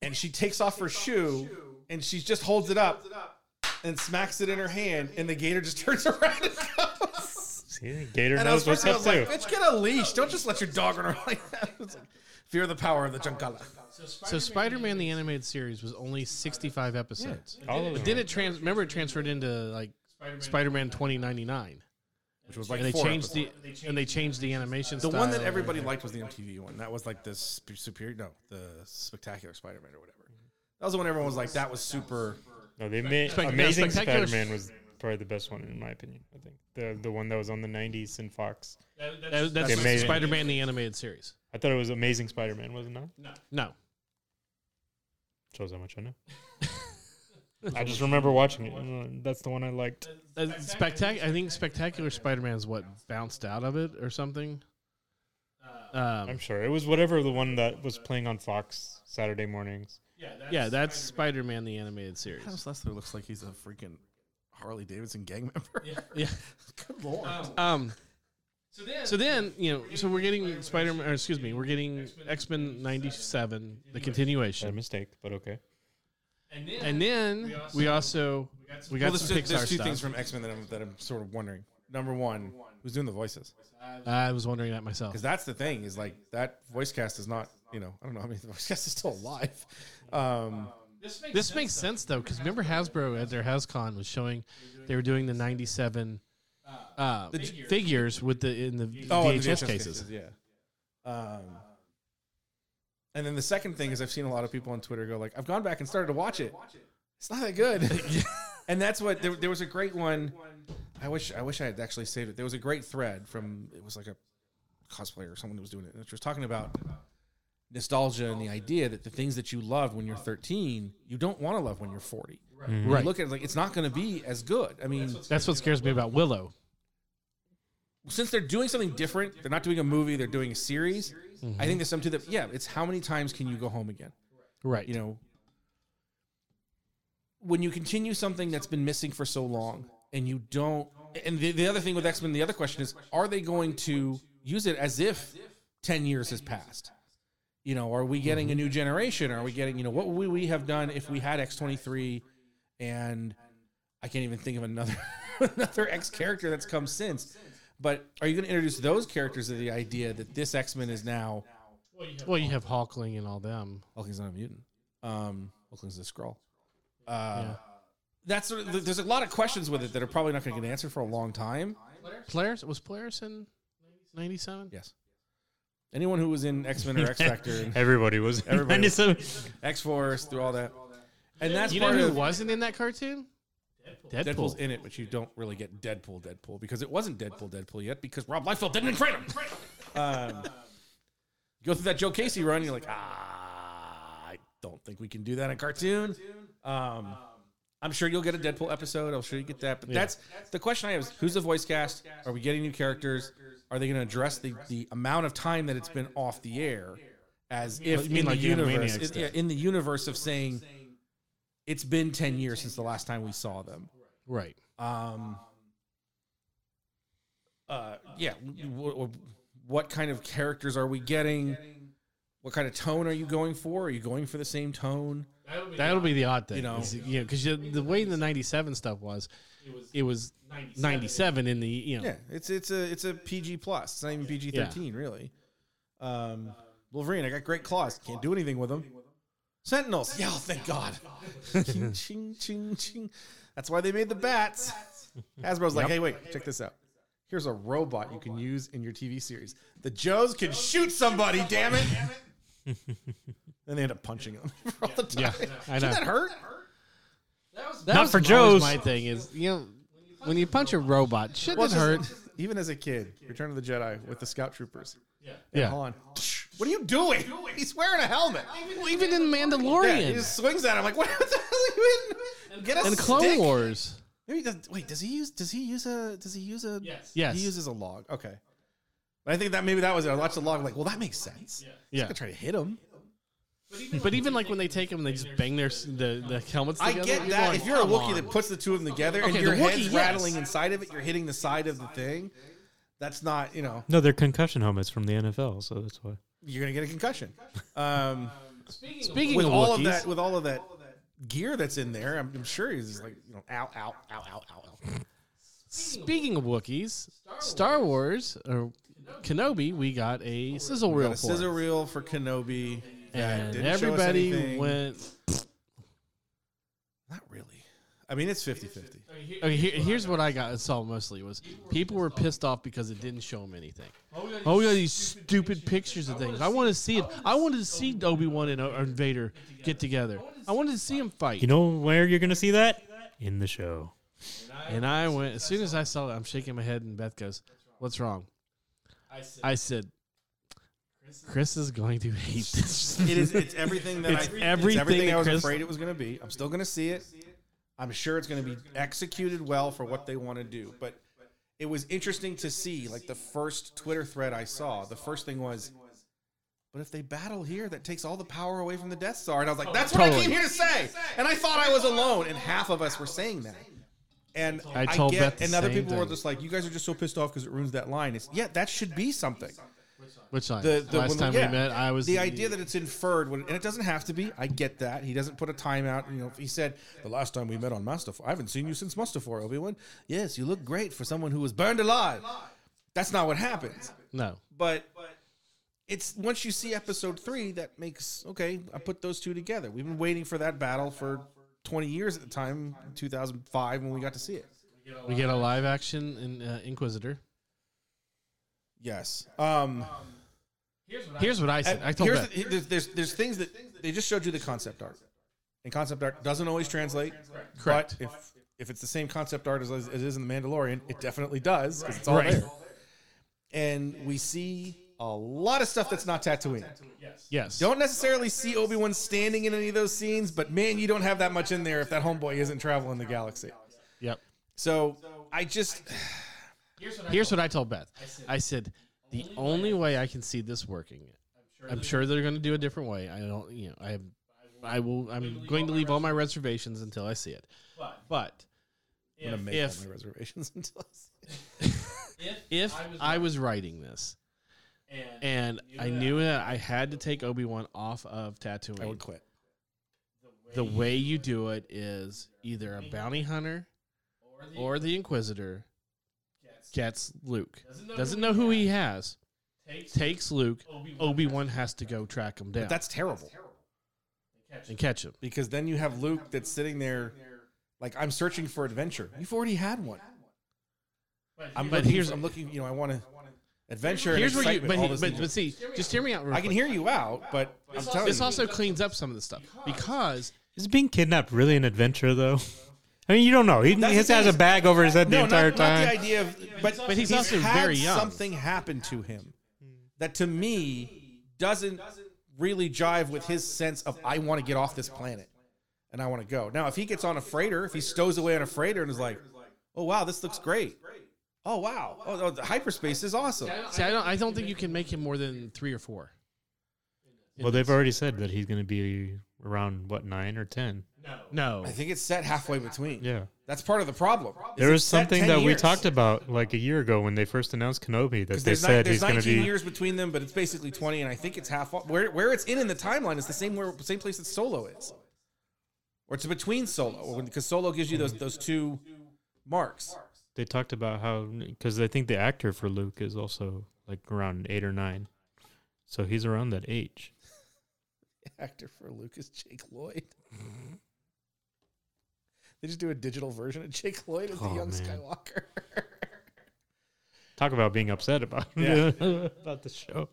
S3: And she takes off her shoe and she just holds it up and smacks it in her hand, and the gator just <laughs> turns around and goes.
S2: See, Gator
S3: And I was,
S2: knows what's
S3: I
S2: up
S3: was like,
S2: too.
S3: bitch, get a leash. Don't just let your dog run around like that. <laughs> It's like, fear the power of the chunkala.
S1: So Spider-Man the animated series was only 65 episodes.
S2: All of
S1: Then
S2: them.
S1: it trans remember it transferred into like Spider-Man 2099.
S3: Which was like
S1: And they
S3: four
S1: changed
S3: episodes.
S1: the and they changed the animation
S3: the one that
S1: style.
S3: everybody liked was the MTV one. That was like the sp- superior, no, the spectacular Spider-Man or whatever. That was the one everyone was like, that was super.
S2: No, they made
S1: Spec- yeah,
S2: Amazing
S1: Spectacular-
S2: Spider-Man was probably the best one in my opinion. I think the the one that was on the '90s in Fox.
S1: That- that's
S2: They made it.
S1: Spider-Man the animated series.
S2: I thought it was Amazing Spider-Man, wasn't it? Not?
S1: No.
S2: Shows how much <laughs> I know. I just remember watching it. and, uh, That's the one I liked.
S1: Uh, spectac- I think Spectacular Spider-Man is what bounced out of it or something. Um,
S2: I'm sure it was whatever the one that was playing on Fox Saturday mornings.
S1: yeah, that's Spider-Man the animated series.
S3: Adam Lester looks like he's a freaking Harley Davidson gang member.
S1: Yeah.
S3: <laughs> Good lord.
S1: Um, so then, you know, so we're getting Spider, or excuse me, we're getting X Men '97, the
S2: A
S1: continuation,
S2: mistake, but okay.
S1: and then we also we got
S3: well, there's,
S1: some
S3: there's
S1: Pixar
S3: two
S1: stuff.
S3: things from X Men that I'm, that I'm sort of wondering. Number one, who's doing the voices?
S1: I was wondering that myself.
S3: Because that's the thing is like that voice cast is not, you know, I don't know how many <laughs> the voice cast is still alive. Um,
S1: This makes sense though, because remember Hasbro at their HasCon was showing they were doing the '97 uh, figures with the in the
S3: oh, and the
S1: VHS cases.
S3: yeah. Um, and then the second thing is I've seen a lot of people on Twitter go like, I've gone back and started to watch it. It's not that good. <laughs> and that's what there, there was a great one. I wish I wish I had actually saved it. There was a great thread from it was like a cosplayer or someone that was doing it, which was talking about nostalgia and the idea that the things that you loved when you're 13, you don't want to love when you're 40.
S1: Right.
S3: You look at it like it's not going to be as good. I mean,
S1: That's what scares me about Willow.
S3: since they're doing something different, they're not doing a movie, they're doing a series. I think there's some to that. Yeah, it's how many times can you go home again?
S1: Right.
S3: You know, when you continue something that's been missing for so long and you don't, and the, the other thing with X Men, the other question is, are they going to use it as if 10 years has passed? You know, are we getting a new generation? Are we getting, you know, what would we have done if we had X23 and I can't even think of another <laughs> another X character that's come since. But are you going to introduce those characters to the idea that this X Men is now?
S1: well, you have Hawkling and all them.
S3: Hulking's not a mutant. Um, Hulking's a scroll. Uh, That's sort of, there's a lot of questions with it that are probably not going to get answered for a long time.
S1: Players was Polaris in '97.
S3: Yes. Anyone who was in X Men or X
S1: <laughs>
S3: Factor,
S2: <laughs> Everybody was. <laughs>
S3: Everybody <laughs>
S2: Everybody.
S3: was.
S2: Was.
S3: X Force, through all that, and that's
S1: You know
S3: part
S1: who
S3: of
S1: wasn't in that cartoon? Deadpool.
S3: Deadpool's in it, but you don't really get Deadpool, Deadpool because it wasn't Deadpool, Deadpool yet because Rob Liefeld didn't create him. um, you go through that Joe Casey run, you're like, ah, I don't think we can do that in cartoon. Um, I'm sure you'll get a Deadpool episode. I'm sure you get that. But that's the question I have is who's the voice cast? Are we getting new characters? Are they going to address the, the amount of time that it's been off the air as if
S1: mean
S3: in the
S1: like
S3: universe,
S1: Animaniacs
S3: in, yeah, in the universe of saying it's been 10 years since the last time we saw them?
S1: Right.
S3: Um, uh, yeah. w- w- what kind of characters are we getting? What kind of tone are you going for? Are you going for the same tone?
S1: That'll be the odd thing,
S3: You know.
S1: is, you know, because the way the '97 stuff was, it was '97 in the you know.
S3: Yeah, it's it's a it's a PG plus. It's not even PG thirteen really. Um, Wolverine, I got great claws. Can't do anything with them. Sentinels, yeah, oh, thank God.
S1: <laughs>
S3: ching, ching, ching, ching. That's why they made the bats. Hasbro's like, hey, wait, check this out. Here's a robot you can use in your TV series. The Joes can shoot somebody, damn it. <laughs> and they end up punching them <laughs> all
S1: <laughs>
S3: the time.
S1: Yeah, I
S3: Did
S1: know.
S3: that hurt?
S1: That
S2: Not
S1: was
S2: for
S1: always
S2: Joes.
S1: My thing is, you know, when you punch a robot, shit
S3: Well,
S1: does hurt.
S3: just- Even as a kid, Return of the Jedi with the scout troopers.
S1: <laughs> Yeah.
S3: Han. What are you doing? He's wearing a helmet.
S1: Well, even in
S3: Yeah,
S1: Mandalorian
S3: <laughs> he just swings at him like, what the hell are you in? Get a
S1: and Clone
S3: stick.
S1: Wars,
S3: Maybe he doesn't, wait, does he use does he use a does he use a
S1: Yes.
S3: yeah
S1: Yes.
S3: he uses a log okay. I think that maybe that was it. I watched the log like well that makes sense. Yeah,
S1: Yeah.
S3: I could try to hit him.
S1: But even like when they take them, they just bang their s- the, the helmets
S3: I
S1: together.
S3: get
S1: You're
S3: that.
S1: going,
S3: if you're a
S1: "Come
S3: Wookiee
S1: on."
S3: that puts the two of them together
S1: Okay,
S3: and
S1: the
S3: your head's
S1: Wookiee, yes.
S3: rattling inside of it, you're hitting the side of the thing. That's not you know
S2: No, they're concussion helmets from the NFL, so that's why.
S3: you're gonna get
S1: <laughs>
S3: a concussion. Um,
S1: speaking
S3: with
S1: of
S3: all of
S1: Wookiees-
S3: that with all of that gear that's in there, I'm, I'm sure he's just like you know ow ow ow ow ow. ow.
S1: Speaking of Wookiees, Star Wars or Kenobi, we got a sizzle
S3: Got
S1: reel
S3: a
S1: for,
S3: scissor
S1: it.
S3: reel for Kenobi, that
S1: and
S3: didn't show us
S1: everybody
S3: anything.
S1: went.
S3: Not really. I mean, it's 50-50.
S1: Okay, here, here's what I got. Saw mostly was people were pissed off because it didn't show them anything. Oh, we got these stupid pictures of things. I want to see it. I wanted to see Obi Wan and, uh, and Vader get together. I wanted to see them fight.
S2: You know where you're gonna see that in the show.
S1: And I went as soon as I saw it. I'm shaking my head, and Beth goes, "What's wrong?" I said, "Chris is going to hate this."
S3: It is. It's everything that
S1: It's
S3: I.
S1: everything
S3: It's everything
S1: that
S3: I was
S1: Chris-
S3: afraid it was going to be. I'm still going to see it. I'm sure it's going to be executed well for what they want to do. But it was interesting to see. Like the first Twitter thread I saw, the first thing was. But if they battle here, that takes all the power away from the Death Star. And I was like, that's what I came
S1: Totally.
S3: here to say. And I thought I was alone. And half of us were saying that. And I,
S1: told
S3: get,
S1: Beth the
S3: and other
S1: same
S3: people were
S1: thing.
S3: just like, you guys are just so pissed off because it ruins that line. It's, yeah, that should be something.
S1: Which line?
S3: The, the
S1: last
S3: when-
S1: time
S3: yeah.
S1: we met, I was
S3: the idea that it's inferred, when, and it doesn't have to be. I get that he doesn't put a timeout. You know, if he said the last time we met on Mustafar, I haven't seen you since Mustafar, Obi Wan. Yes, you look great for someone who was burned alive. That's not what happens.
S1: no.
S3: But it's once you see episode three, that makes okay. I put those two together. We've been waiting for that battle for twenty years at the time, two thousand five, when we got to see it.
S1: We get a live action in uh, Inquisitor.
S3: Yes. Um.
S1: Here's what I said. I told
S3: Here's
S1: Beth.
S3: the- there's, there's there's things that they just showed you the concept art, and concept art doesn't always translate.
S1: Correct.
S3: But if if it's the same concept art as, as it is in the Mandalorian, it definitely does because it's all
S1: Right.
S3: there. And we see a lot of stuff that's not Tatooine.
S1: yes.
S3: Don't necessarily see Obi Wan standing in any of those scenes, but man, you don't have that much in there if that homeboy isn't traveling the galaxy.
S1: Yep.
S3: So I just
S1: Here's what I told Beth. I said the only way I can see this working. I'm sure they're going to do a different way. I don't. You know. I have. I will. I'm going to leave all my reservations until I see it. But
S3: I'm gonna make
S1: if-
S3: all my reservations <laughs> until I see it.
S1: if I was writing this. And I knew that I had to take Obi Wan off of Tatooine.
S3: I would quit.
S1: the way you do it is either a bounty hunter or the inquisitor gets luke doesn't know who he has takes luke obi-wan has to go track him down
S3: That's terrible.
S1: and catch him
S3: because then you have Luke that's sitting there, like I'm searching for adventure. You've already had one. I'm
S1: But
S3: but
S1: here's-
S3: here's I'm looking. You know, I want to adventure.
S1: here's
S3: and
S1: where you but,
S3: excitement, all
S1: he-
S3: this
S1: but,
S3: and-
S1: but see just hear me out real
S3: I can
S1: quick.
S3: hear you out, but I'm telling
S1: this
S3: you,
S1: also cleans up some of the stuff because
S2: Is being kidnapped really an adventure though? I mean, you don't know. He, he
S3: That's the
S2: has
S3: thing
S2: a
S3: is-
S2: bag over his head the
S3: no, not,
S2: entire
S3: not
S2: time.
S3: the idea of, but
S1: But he's also
S3: had
S1: very young.
S3: Something happened to him
S2: Hmm.
S3: that to me doesn't really jive with his sense of I want to get off this planet and I want to go. Now, if he gets on a freighter, if he stows away on a freighter and is like, "Oh wow, this looks great." Oh wow! Oh, the hyperspace is awesome.
S1: see I don't I don't think you can make him more than 3 or 4
S2: well, they've already said that he's gonna be around what nine or ten.
S1: no
S3: I think it's set halfway between.
S2: Yeah.
S3: That's part of the problem.
S2: There was something that we
S3: talked
S2: talked about like a year ago when they first announced Kenobi that they
S3: There's, ni-
S2: said
S3: there's
S2: he's going to
S3: 19
S2: be.
S3: years between them, but it's basically 20, and I think it's half off. Where, where it's in in the timeline is the same where, same place that Solo is, or it's between Solo, because Solo gives you those those two marks.
S2: They talked about how because I think the actor for Luke is also like around eight or nine, so he's around that age.
S3: <laughs> Actor for Lucas Jake Lloyd. <laughs> They just do a digital version of Jake Lloyd as
S2: Oh, man.
S3: Skywalker. <laughs>
S2: Talk about being upset about <laughs>
S3: Yeah.
S2: about the show.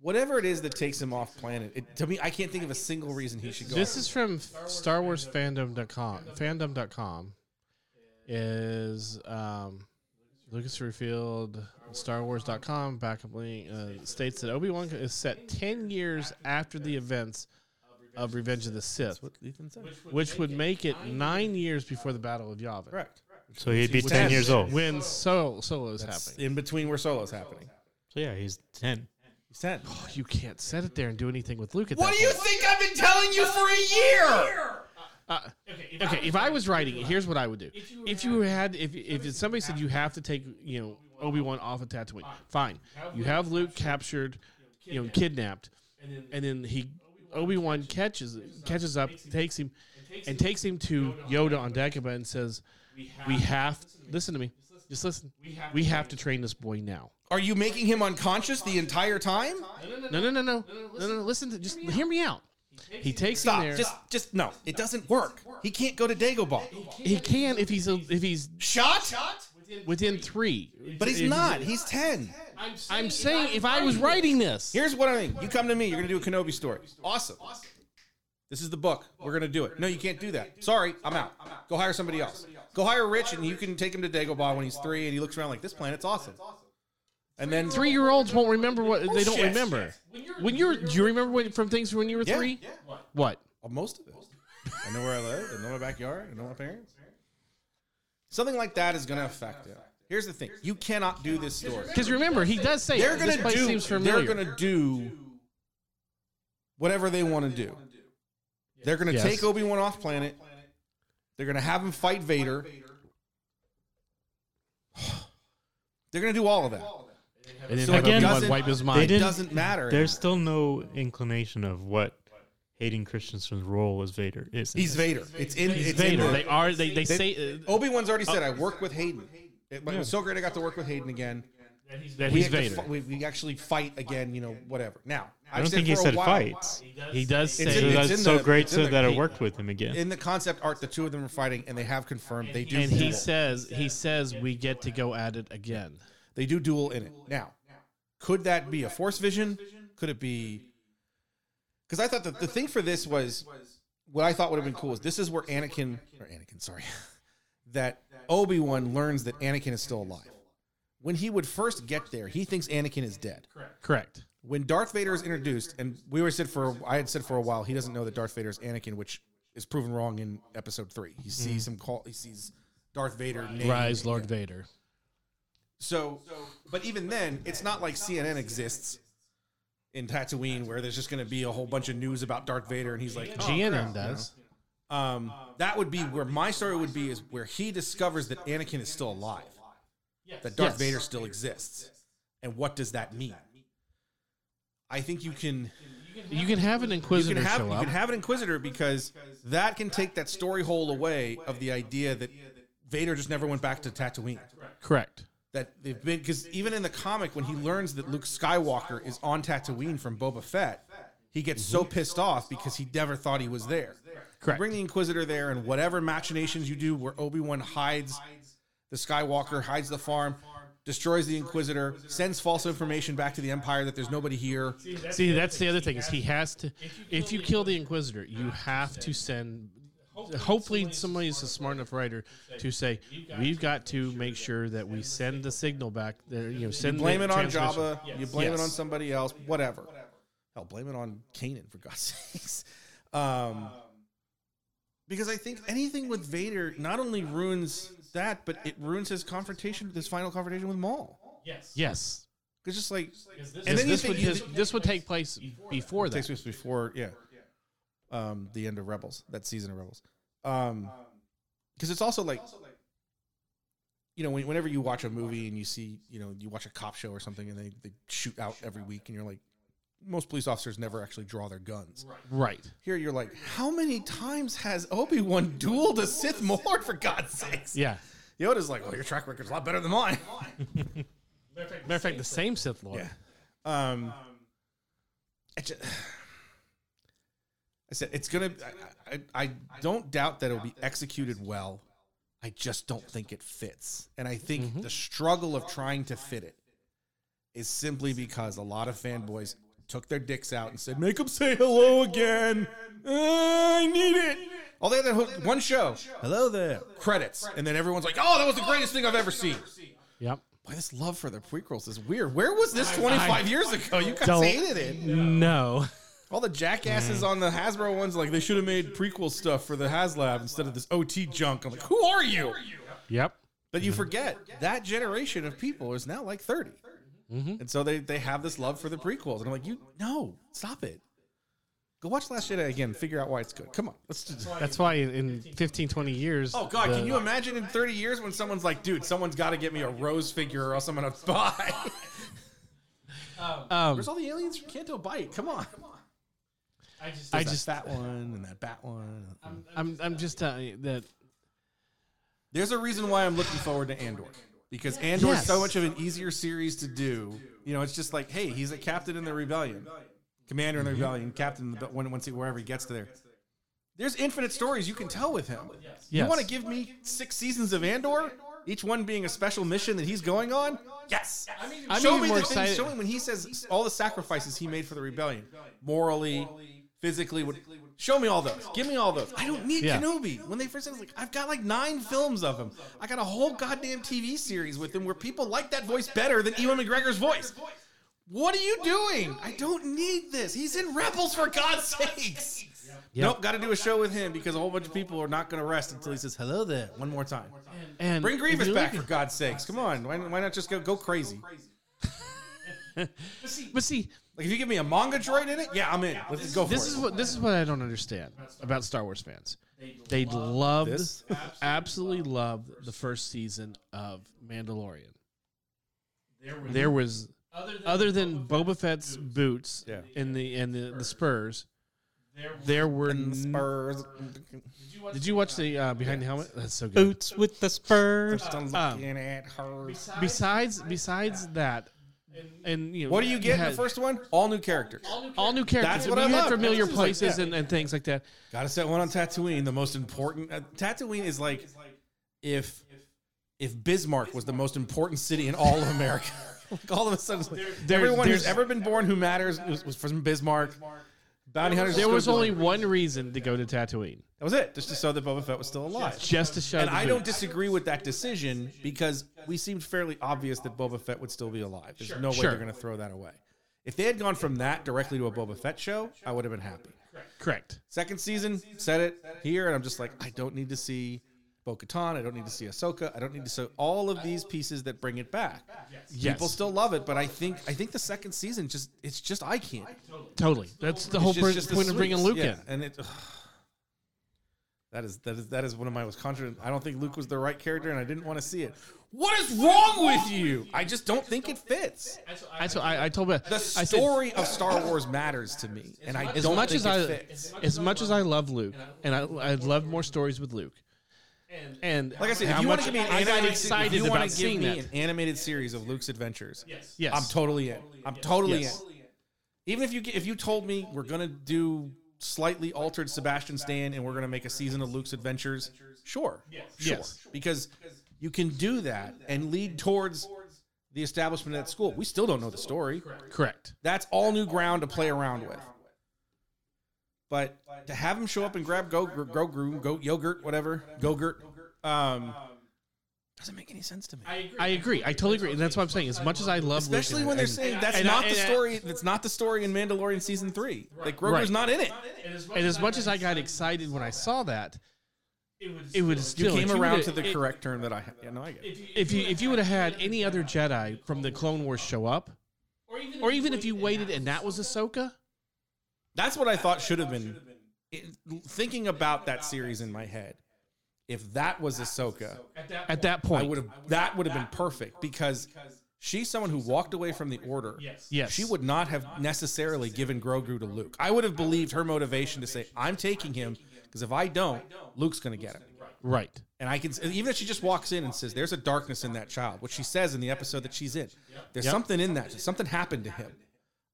S3: Whatever it is that takes him off planet, it, to me, I can't think of a single reason he should go.
S1: This is from Star Wars fandom.com. Fandom.com is um, Lucas revealed StarWars.com backup link uh, states that Obi Wan is set 10 years after the events of Revenge of the Sith,
S3: That's what Ethan said.
S1: which would make it nine years before the Battle of Yavin.
S3: Correct.
S2: So he'd be
S1: Which
S2: 10
S1: is
S2: years old. So
S1: When Solo, Solo is
S3: That's
S1: happening.
S3: in between where Solo's happening.
S2: yeah, he's 10.
S3: He's 10.
S1: Oh, you can't set it there and do anything with Luke at
S4: What
S1: that
S4: do you
S1: point.
S4: think I've been telling you for a year?
S1: Uh, Okay, if I was writing it, here's what I would do. If you had, if if it's- somebody said you have to take, you know, Obi Wan off of Tatooine, fine. You have Luke captured, you know, kidnapped, and then he Obi Wan catches catches up, takes him, and takes him to Yoda on Dagobah and says, "We have listen to me, just listen. We have to train this boy now."
S3: Are you making him unconscious the entire time?
S1: No, no, no, no, no, no. Listen, to, just hear me out. He takes him
S3: Stop.
S1: there.
S3: Just, just no. It doesn't work. He can't go to Dagobah.
S1: He can if he's a, if he's
S3: Shot?
S1: within three,
S3: But he's
S1: If-
S3: not. He's 10.
S1: I'm saying if I was writing this,
S3: Here's what I think. You come to me. You're going to do a Kenobi story. Awesome. This is the book. We're going to do it. No, you can't do that. Sorry, I'm out. Go hire somebody else. Go hire Rich, and you can take him to Dagobah when he's three, and he looks around like, this planet's awesome. And then
S1: three year olds won't remember what they don't
S3: Bullshit.
S1: remember. When you're, do you remember when, from things when you were
S3: Yeah,
S1: three?
S3: yeah.
S1: What?
S3: Uh, Most of it. I know where I live. I know my backyard. I know my parents. Something like that is going to affect it. Here's the thing: you cannot do this story.
S1: Because remember, he does say
S3: They're
S1: it. this
S3: going to
S1: place
S3: do.
S1: seems
S3: They're
S1: familiar.
S3: going to do whatever they want to do. They're going to
S1: Yes.
S3: take Obi Wan off planet. They're going to have him fight Vader. <sighs> They're going to do all of that.
S1: and then
S3: So
S1: have
S3: again-
S1: Obi-Wan
S3: doesn't-
S1: wipe his
S2: They
S1: mind.
S3: It
S2: didn't-
S3: doesn't matter.
S2: There's still no inclination of what Hayden Christensen's role as Vader is. in
S3: He's
S2: this.
S3: Vader. It's in.
S1: It's
S3: It's
S1: Vader.
S3: In
S1: They
S3: the,
S1: are. They they
S3: They-
S1: say uh,
S3: Obi Wan's already said, "I work with Hayden." It, it was so great I got to work with Hayden again.
S1: that
S3: we
S1: he's
S3: have to
S1: Vader.
S3: fi- we, we actually fight again, you know, whatever. Now,
S2: I don't think he said fights.
S1: He does
S2: So
S1: say,
S3: in-
S1: that,
S2: that's
S3: in
S2: so
S3: the-
S2: great
S3: it's in
S2: so
S3: the-
S2: that it worked with him again.
S3: In the concept art, the two of them are fighting, and they have confirmed they do.
S1: and he
S3: duel.
S1: says he says we get to go at it again.
S3: they do duel in it. Now, could that be a force vision? Could it be? Because I thought that the thing for this was what I thought would have been cool is this is where Anakin or Anakin, sorry, <laughs> that Obi Wan learns that Anakin is still alive. When he would first get there, he thinks Anakin is dead.
S1: Correct.
S3: when Darth Vader is introduced, and we were said for I had said for a while he doesn't know that Darth Vader is Anakin, which is proven wrong in Episode Three. He sees him call. He sees Darth Vader name.
S1: Mm-hmm. Rise, Lord Vader.
S3: So, but even then, it's not like CNN exists in Tatooine, where there's just going to be a whole bunch of news about Darth Vader, and he's like, oh,
S1: GNN does.
S3: um, that would be where my story would be is where he discovers that Anakin is still alive, that Darth
S1: Yes.
S3: Vader still exists, and what does that mean? I think you can.
S1: You can have an
S3: you
S1: Inquisitor
S3: can have
S1: show
S3: you
S1: up.
S3: can have an inquisitor because that can take that story hole away of the idea that Vader just never went back to Tatooine.
S1: Correct.
S3: That they've been because even in the comic when he learns that Luke Skywalker is on Tatooine from Boba Fett, he gets so pissed off because he never thought he was there.
S1: Correct.
S3: Bring the Inquisitor there and whatever machinations you do where Obi Wan hides the Skywalker, hides the farm. Destroys the Inquisitor, sends false information back to the Empire that there's nobody here.
S1: See, that's the other thing is he has to. If you kill the Inquisitor, you have to send. Hopefully, somebody is a smart enough writer to say we've got to make sure that we send the signal back there. You know, send
S3: blame
S1: the
S3: it on
S1: transmission.
S3: Jabba. You blame
S1: Yes.
S3: it on somebody else. Whatever. Hell, blame it on Kanan for God's <laughs> sakes. Um, because I think anything with Vader not only ruins that, but it ruins his confrontation, this final confrontation with Maul.
S1: Yes,
S3: It's just like,
S1: and
S3: and then you
S1: this would
S3: think you-
S1: this, this would take place before
S3: takes
S1: that.
S3: place before, yeah, um, the end of Rebels, that season of Rebels. Um, because it's also like, you know, when, whenever you watch a movie and you see, you know, you watch a cop show or something, and they they shoot out every week, and you're like, most police officers never actually draw their guns.
S1: Right.
S3: Here, you're like, how many times has Obi Wan dueled a Sith Lord for God's sakes?
S1: Yeah.
S3: Yoda's like, oh, your track record's a lot better than mine.
S1: Matter of fact, the same Sith Lord.
S3: Yeah. Um, I, ju- <sighs> I said it's gonna. I, I, I don't doubt that it'll be executed well. I just don't think it fits, and I think the struggle of trying to fit it is simply because a lot of fanboys took their dicks out and said, "Make them say hello again. Eh, I need it." All they had that whole- one show, hello there, credits, and then everyone's like, "Oh, that was the greatest thing I've ever seen."
S1: Yep.
S3: Why this love for the prequels is weird. Where was this 25 years ago? You guys
S1: don't-
S3: hated it.
S1: No.
S3: All the jackasses on the Hasbro ones, like they should have made prequel stuff for the HasLab instead of this OT junk. I'm like, who are you?
S1: Yep.
S3: But you forget that generation of people is now like 30. And so they, they have this love for the prequels. And I'm like, you, no, stop it. Go watch Last Jedi again. Figure out why it's good. Come on. Let's just.
S1: That's why in, in 15, 20 years.
S3: <laughs> Oh, God.
S1: the-
S3: Can you imagine in 30 years when someone's like, dude, someone's got to get me a Rose figure or else I'm going to <laughs> buy?
S1: Um,
S3: There's all the aliens from Canto Bite. Come on. Come on.
S1: I just,
S3: that one and that bat one.
S1: I'm, I'm just telling you that.
S3: There's a reason why I'm looking forward to Andor because Andor is so
S1: Yes.
S3: much of an easier series to do. You know, it's just like, hey, he's a captain in the rebellion, commander
S1: Mm-hmm.
S3: in the rebellion, captain in the when once he wherever he gets to there. There's infinite stories you can tell with him. You
S1: Yes.
S3: want to give me six seasons of Andor, each one being a special mission that he's going on? Yes.
S1: I'm
S3: show
S1: even
S3: me
S1: more
S3: the things,
S1: excited-
S3: show me when he says all the sacrifices he made for the rebellion, morally, physically. What, show me all those. Give me all those. I don't need
S1: Yeah.
S3: Kenobi. When they first said, it, I was like, I've got like nine films of him. I got a whole goddamn TV series with him where people like that voice better than Ewan McGregor's voice. What are you doing? I don't need this. He's in Rebels for God's sakes. Nope, got to do a show with him because a whole bunch of people are not going to rest until he says hello there one more time.
S1: And
S3: Bring
S1: if
S3: Grievous
S1: you look
S3: back for God's sakes. Come on, why, why not just go go crazy?
S1: at- But see,
S3: Like if you give me a manga droid in it, yeah, I'm in. Let's just go for
S1: this
S3: it.
S1: is what this is what I don't understand about Star Wars fans. They loved,
S3: This?
S1: absolutely loved the first season of Mandalorian. There was, other than Boba Fett's boots
S3: Yeah.
S1: and the and the, the Spurs. There were.
S3: And
S1: n-
S3: Spurs.
S1: Did you watch the uh, behind the helmet? That's so good.
S2: Boots with the
S1: Um,
S2: spurs.
S3: Just looking at her.
S1: Besides, besides that, and you know,
S3: What do you get in
S1: had
S3: the first one? All new characters.
S1: All new characters.
S3: That's what
S1: you
S3: I
S1: had
S3: love.
S1: familiar
S3: It's just like,
S1: places
S3: yeah.
S1: and, and things like that.
S3: Got to set one on Tatooine, the most important. Uh, Tatooine is like if if Bismarck was the most important city in all of America. <laughs> like all of a sudden, it's like, everyone who's
S1: there's-
S3: ever been born who matters was, was from Bismarck. Bounty hunters.
S1: There was
S3: Scooby-Doo.
S1: only one reason to go to Tatooine,
S3: that was it, just to show that Boba Fett was still alive.
S1: just to show.
S3: And
S1: the
S3: I don't
S1: boots.
S3: disagree with that decision because we seemed fairly obvious that Boba Fett would still be alive. There's no way
S1: Sure.
S3: they're going to throw that away. If they had gone from that directly to a Boba Fett show, I would have been happy.
S1: Correct.
S3: Second season, said it here, and I'm just like, I don't need to see Bo Katan. I don't need to see Ahsoka. I don't need to see all of these pieces that bring it back.
S1: Yes.
S3: People still love it, but I think I think the second season just it's just I can't.
S1: Totally. That's the whole
S3: It's just-
S1: pur-
S3: just the
S1: point of bringing Luke
S3: sweets.
S1: in.
S3: Yeah, And it. That is that is that is one of my most controversial. I don't think Luke was the right character, and I didn't want to see it. What is wrong with you? I just don't think it fits.
S1: That's what I, I told. Beth,
S3: The
S1: I said,
S3: story of Star Wars matters to me, and I
S1: as
S3: don't
S1: much
S3: think
S1: as
S3: it
S1: I,
S3: fits.
S1: as much as I love Luke, and I, I love more stories with Luke. And
S3: Like I said,
S1: how
S3: if you want
S1: much
S3: to give me an
S1: I got
S3: animated,
S1: excited
S3: if you wanna
S1: about
S3: give
S1: seeing
S3: me
S1: that.
S3: an animated series of Luke's adventures,
S1: yes,
S3: I'm totally in. I'm totally
S1: Yes.
S3: in. Even if you get- if you told me we're gonna do slightly altered Sebastian Stan and we're gonna make a season of Luke's adventures, sure, sure,
S1: Yes.
S3: because you can do that and lead towards the establishment of that school. We still don't know the story.
S1: correct.
S3: That's all new ground to play around with. But to have him show up and grab go go groom go yogurt whatever gogurt um, doesn't make any sense to me.
S1: I agree. I totally agree, and that's what I'm saying. As much as I love,
S3: Especially
S1: Luke and-
S3: when they're
S1: and-
S3: saying that's
S1: and I-
S3: not the
S1: and I-
S3: story. That's not the story in Mandalorian season three. Like Grogu's
S1: Right.
S3: not in it.
S1: and as much as I got excited when I saw that, it would
S3: You
S1: still
S3: came
S1: if you
S3: around
S1: would've-
S3: to the
S1: it-
S3: correct term that I have. Yeah, no, I get. It.
S1: If you if you would have had any other Jedi from the Clone Wars show up, or even if you waited and that was Ahsoka,
S3: That's what I thought should have been. it- thinking about that series in my head, if that was Ahsoka,
S1: at that
S3: I
S1: point,
S3: would have. That would have been perfect because she's someone who walked away from the Order.
S1: yes,
S3: She would not have necessarily given Grogu to Luke. I would have believed her motivation to say, "I'm taking him," because if I don't, Luke's going to get him.
S1: right.
S3: And I can even if she just walks in and says, "There's a darkness in that child," which she says in the episode that she's in. There's something in that. Something happened to him.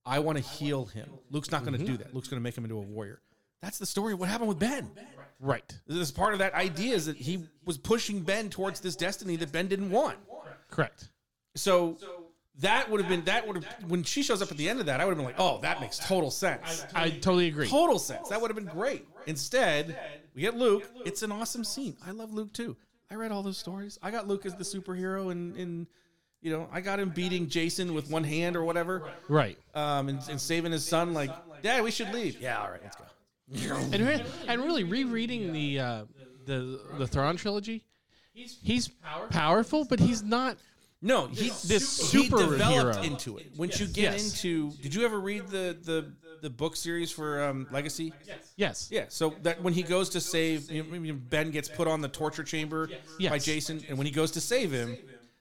S3: I want to heal him. Luke's not going to do that. Luke's going to make him into a warrior. That's the story. of What happened with Ben?
S1: Right.
S3: This is part of that idea is that he was pushing Ben towards this destiny that Ben didn't want.
S1: Correct.
S3: So that would have been that would have when she shows up at the end of that, I would have been like, "Oh, that makes total sense."
S1: I totally agree.
S3: Total sense. That would have been great. Instead, we get Luke. It's an awesome scene. I love Luke too. I read all those stories. I got Luke as the superhero in in You know, I got him beating Jason with one hand or whatever,
S1: Right.
S3: um, and, and saving his son. Like, Dad, we should leave. Yeah, all right, let's go.
S1: And, re- and really rereading the uh, the the Thrawn trilogy, he's powerful, but he's not.
S3: No, he this
S1: super-
S3: he developed
S1: superhero.
S3: into it. Once you get
S1: Yes.
S3: into, did you ever read the the the book series for um, Legacy?
S1: Yes.
S3: Yeah, so that when he goes to save, you know, maybe Ben gets put on the torture chamber by
S1: Yes.
S3: Jason, and when he goes to save him,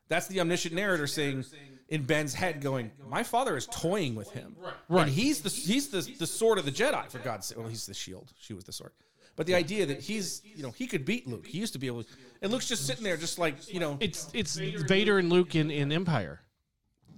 S3: that's the omniscient narrator saying in Ben's head, going, "My father is toying with him,
S1: Right.
S3: And he's the he's the the sword of the Jedi for God's sake. Well, he's the shield. She was the sword." But the idea that he's, you know, he could beat Luke. He used to be able, and Luke's just sitting there, just like, you know,
S1: It's it's Vader and Luke in, in Empire.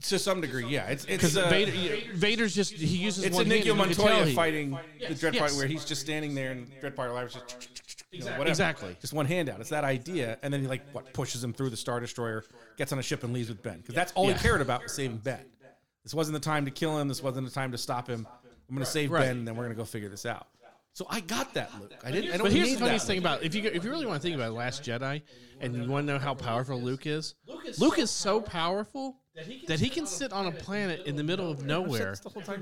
S3: to some degree, yeah. It's it's
S1: Because
S3: uh,
S1: Vader, Vader's just he uses
S3: It's
S1: one hand
S3: Inigo
S1: and you can tell
S3: Montoya
S1: he-
S3: fighting the Dread
S1: Yes.
S3: Pirate, where he's just standing there, and Dread Pirate Live is just <laughs> you know, whatever.
S1: Exactly.
S3: just one hand out. It's that idea, and then he like what pushes him through the Star Destroyer, gets on a ship, and leaves with Ben because that's all
S1: Yeah.
S3: he cared about was saving Ben. This wasn't the time to kill him. This wasn't the time to stop him. I'm going to save
S1: Right.
S3: Ben, and then we're going to go figure this out. So I got that, Luke. I didn't. I don't
S1: But here's the
S3: need that.
S1: funniest thing about if you if you really want to think about Last Jedi, and you want to know how powerful Luke is, Luke is so powerful that he can sit on a planet in the middle of nowhere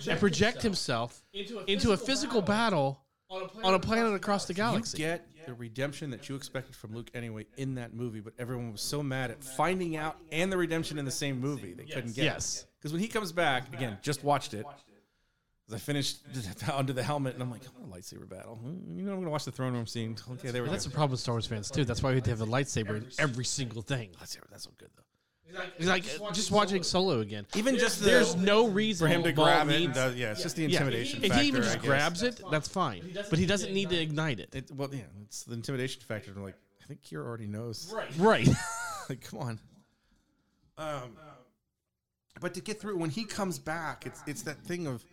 S1: and project himself into a physical battle on a planet across the
S3: You
S1: galaxy.
S3: get the redemption that you expected from Luke anyway in that movie, but everyone was so mad at finding out and the redemption in the same movie they couldn't get.
S1: Yes.
S3: Because when he comes back, again, just watched it. 'Cause I finished <laughs> under the helmet, and I'm like, I want a lightsaber battle. Hmm, You know, I'm going to watch the throne room scene. Okay, there we go.
S1: That's the problem with Star Wars fans too. That's why we have to have a lightsaber in every single thing.
S3: lightsaber. That's so good though.
S1: It's like just watching Solo again.
S3: Even just the,
S1: There's no reason
S3: for him to
S1: Maul
S3: grab it. and
S1: needs-
S3: does- yeah, it's just the
S1: Yeah.
S3: intimidation.
S1: If
S3: factor,
S1: he even
S3: I
S1: just
S3: guess.
S1: grabs it, that's fine. But he doesn't need to ignite it.
S3: it, well, yeah, it's the intimidation factor. I'm like, I think Kira already knows.
S1: Right. <laughs>
S3: like come on um but to get through when he comes back it's it's that thing of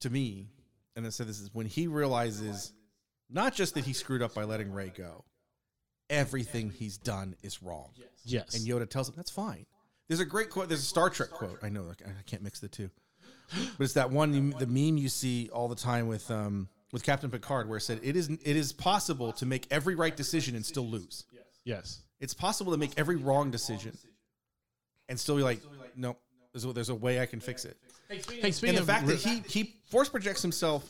S3: to me and i said this is when he realizes not just that he screwed up by letting ray go everything he's done is wrong
S1: Yes.
S3: and yoda tells him that's fine there's a great quote there's a star trek quote i know i I can't mix the two but it's that one the meme you see all the time with um with captain picard where it said it is it is possible to make every right decision and still lose
S1: yes.
S3: it's possible to make every wrong decision and still be like, no, there's a, there's a way I can fix it.
S1: Hey, speaking
S3: And the
S1: of
S3: fact
S1: re-
S3: that he he force projects himself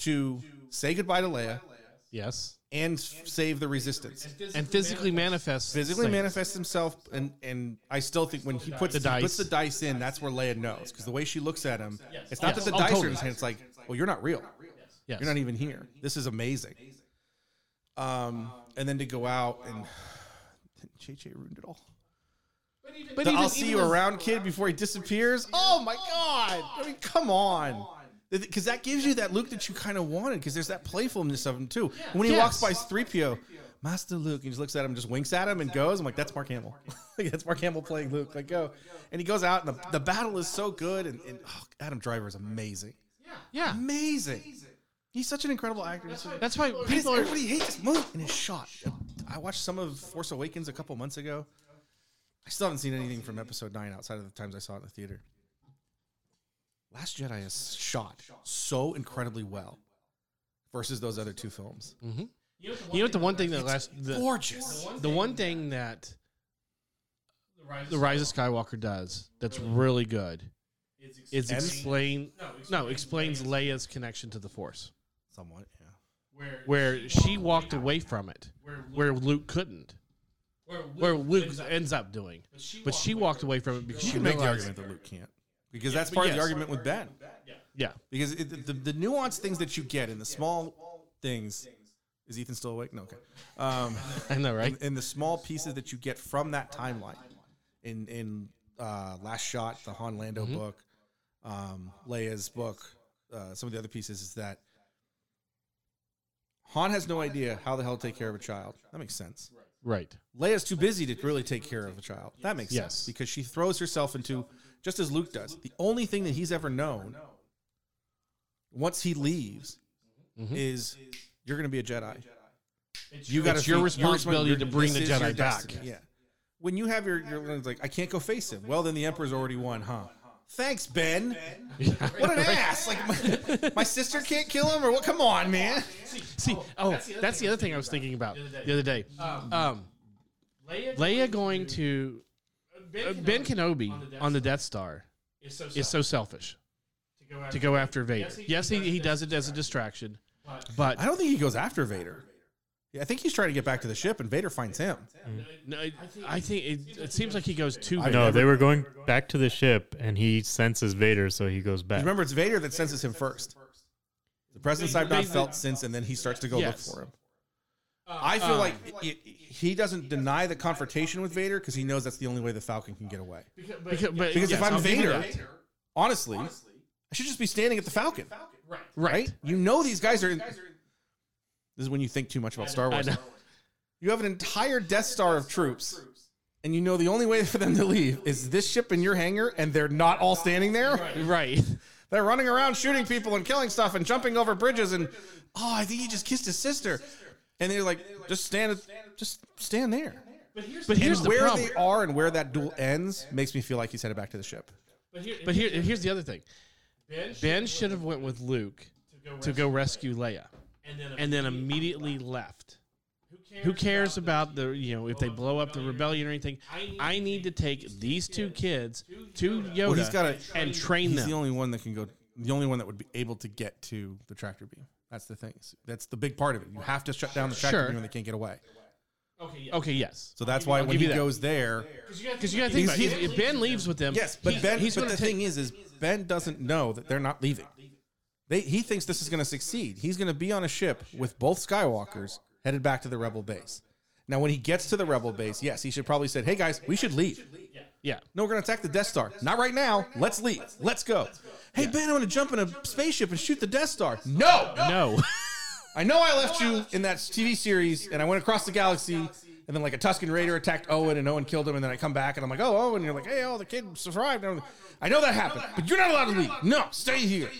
S3: to say goodbye to Leia
S1: yes,
S3: and f- save the resistance,
S1: and physically manifests
S3: physically
S1: things.
S3: manifests himself, and and I still think when he puts
S1: The
S3: the
S1: dice.
S3: dice, puts the dice in, that's where Leia knows because the way she looks at him, it's not
S1: Yes.
S3: that the
S1: Oh,
S3: dice are
S1: totally.
S3: in his hand. It's like, well, you're not real.
S1: Yes.
S3: You're not even here. This is amazing. Um, and then to go out and <sighs> JJ ruined it all.
S1: But
S3: The
S1: even-
S3: I'll see
S1: even
S3: you
S1: as-
S3: around kid before he disappears. Oh my god! I mean, come on. Because that gives you that look that you kind of wanted. Because there's that playfulness of him too. And when he
S1: Yes.
S3: walks by three PO, Master Luke, and he just looks at him, just winks at him, and goes. I'm like, that's Mark Hamill. <laughs> Like, that's Mark Hamill playing Luke. Like go, and he goes out, and the, the battle is so good. And, and oh, Adam Driver is amazing,
S1: Yeah.
S3: amazing. He's such an incredible actor. He's so-
S1: That's why
S3: he just-
S1: people are.
S3: everybody hates this movie and his shot. I watched some of Force Awakens a couple months ago. I still haven't seen anything from Episode Nine outside of the times I saw it in the theater. Last Jedi is shot so incredibly well versus those other two films.
S1: You know what? The one thing that last the,
S3: Gorgeous.
S1: the one thing that the Rise of Skywalker does that's really good is
S3: And-
S1: explain no explains Leia's connection to the Force,
S3: Somewhat, yeah.
S1: where she walked away from it, where Luke couldn't, where Luke ends up doing, but she walked away from it because
S3: You
S1: she
S3: can make the
S1: realized,
S3: argument that Luke can't because that's part of the
S1: yes.
S3: argument with Ben.
S1: yeah,
S3: Because it, the, the, the nuanced things that you get in the small things. Is Ethan still awake? No, okay. Um,
S1: I know, right?
S3: and, and the small pieces that you get from that timeline in in uh, last shot the han lando book um, leia's book uh, some of the other pieces is that han has no idea how the hell to take care of a child that makes sense
S1: Right.
S3: leia's too busy to really take care of a child that makes
S1: Yes.
S3: sense because she throws herself into just as luke does the only thing that he's ever known once he leaves is you're going to be a jedi you got
S1: It's your responsibility to bring the Jedi back.
S3: Yeah. When you have your your it's like, I can't go face him. Well, then the Emperor's already won, huh?
S1: <laughs>
S3: Thanks, Ben. What an ass! Like my, my sister can't kill him, or what? Come on, man.
S1: See, oh, that's the other, thing, I was thinking about the other day. Um, Leia going to uh, Ben Kenobi on the Death Star
S5: It's so
S1: is so selfish to go after Vader. Yes, he, he does it as a distraction, but
S3: I don't think he goes after Vader. Yeah, I think he's trying to get back to the ship, and Vader finds him.
S1: no, I- I think it, it seems like he goes too.
S3: I-
S1: Vader.
S2: No,
S3: never-
S2: they were going back to the ship, and he senses Vader, so he goes back.
S3: Remember, it's Vader that senses him first. The presence I've not
S1: they-
S3: felt since, and then he starts to go
S1: Yes. Uh,
S3: look for him. I feel like it, he doesn't deny the confrontation with Vader because he knows that's the only way the Falcon can get away.
S1: Because, but-
S3: Because if
S1: yes,
S3: I'm
S1: I'll give you
S3: Vader,
S1: that.
S3: honestly, I should just be standing at the Falcon,
S1: right?
S3: right? You know these guys are. In, this is when you think too much about Star
S1: I
S3: Wars.
S1: know. <laughs>
S3: You have an entire Death Star of troops, and you know the only way for them to leave is this ship in your hangar, and they're not all standing there.
S1: Right.
S3: They're running around shooting people and killing stuff and jumping over bridges and oh, I think he just kissed his sister. And they're like, just stand, just stand there.
S1: But here's
S3: And
S1: the
S3: where
S1: problem.
S3: they are and where that duel ends makes me feel like he's headed back to the ship.
S1: But here, here's the other thing. Ben should have went with Luke to go rescue Leia, and then immediately left. Who cares about the you know if they blow up the rebellion or anything? I need to take these two kids to Yoda
S3: he's gotta-
S1: and train
S3: He's
S1: them.
S3: the only one that can go. The only one that would be able to get to the tractor beam. That's the thing. That's the big part of it. You have to shut down the tractor
S1: Sure.
S3: beam when they can't get away.
S1: okay, yes.
S3: So that's why when
S1: give
S3: he
S1: you that.
S3: goes there,
S1: Because you got to think about
S3: He's-
S1: it. If- If Ben leaves with them,
S3: yes, but
S1: he-
S3: Ben.
S1: he's
S3: but
S1: going
S3: the
S1: to take.
S3: thing is, is Ben doesn't know that they're not leaving. They, he thinks this is going to succeed. He's going to be on a ship with both Skywalkers headed back to the Rebel base. Now, when he gets to the Rebel base, yes, he should probably said, "Hey guys, we should leave.
S1: Yeah,
S3: No, we're going to attack the Death Star. Not right now. Let's leave. Let's go. Hey Ben, I'm going to jump in a spaceship and shoot the Death Star. No,
S1: no, <laughs>
S3: I know I left you in that TV series, and I went across the galaxy, and then like a Tuscan Raider attacked Owen, and Owen killed him, and then I come back, and I'm like, oh, Owen, you're like, hey, oh, the kid survived. And I'm like, I know that happened, but you're not allowed to leave. No, stay here.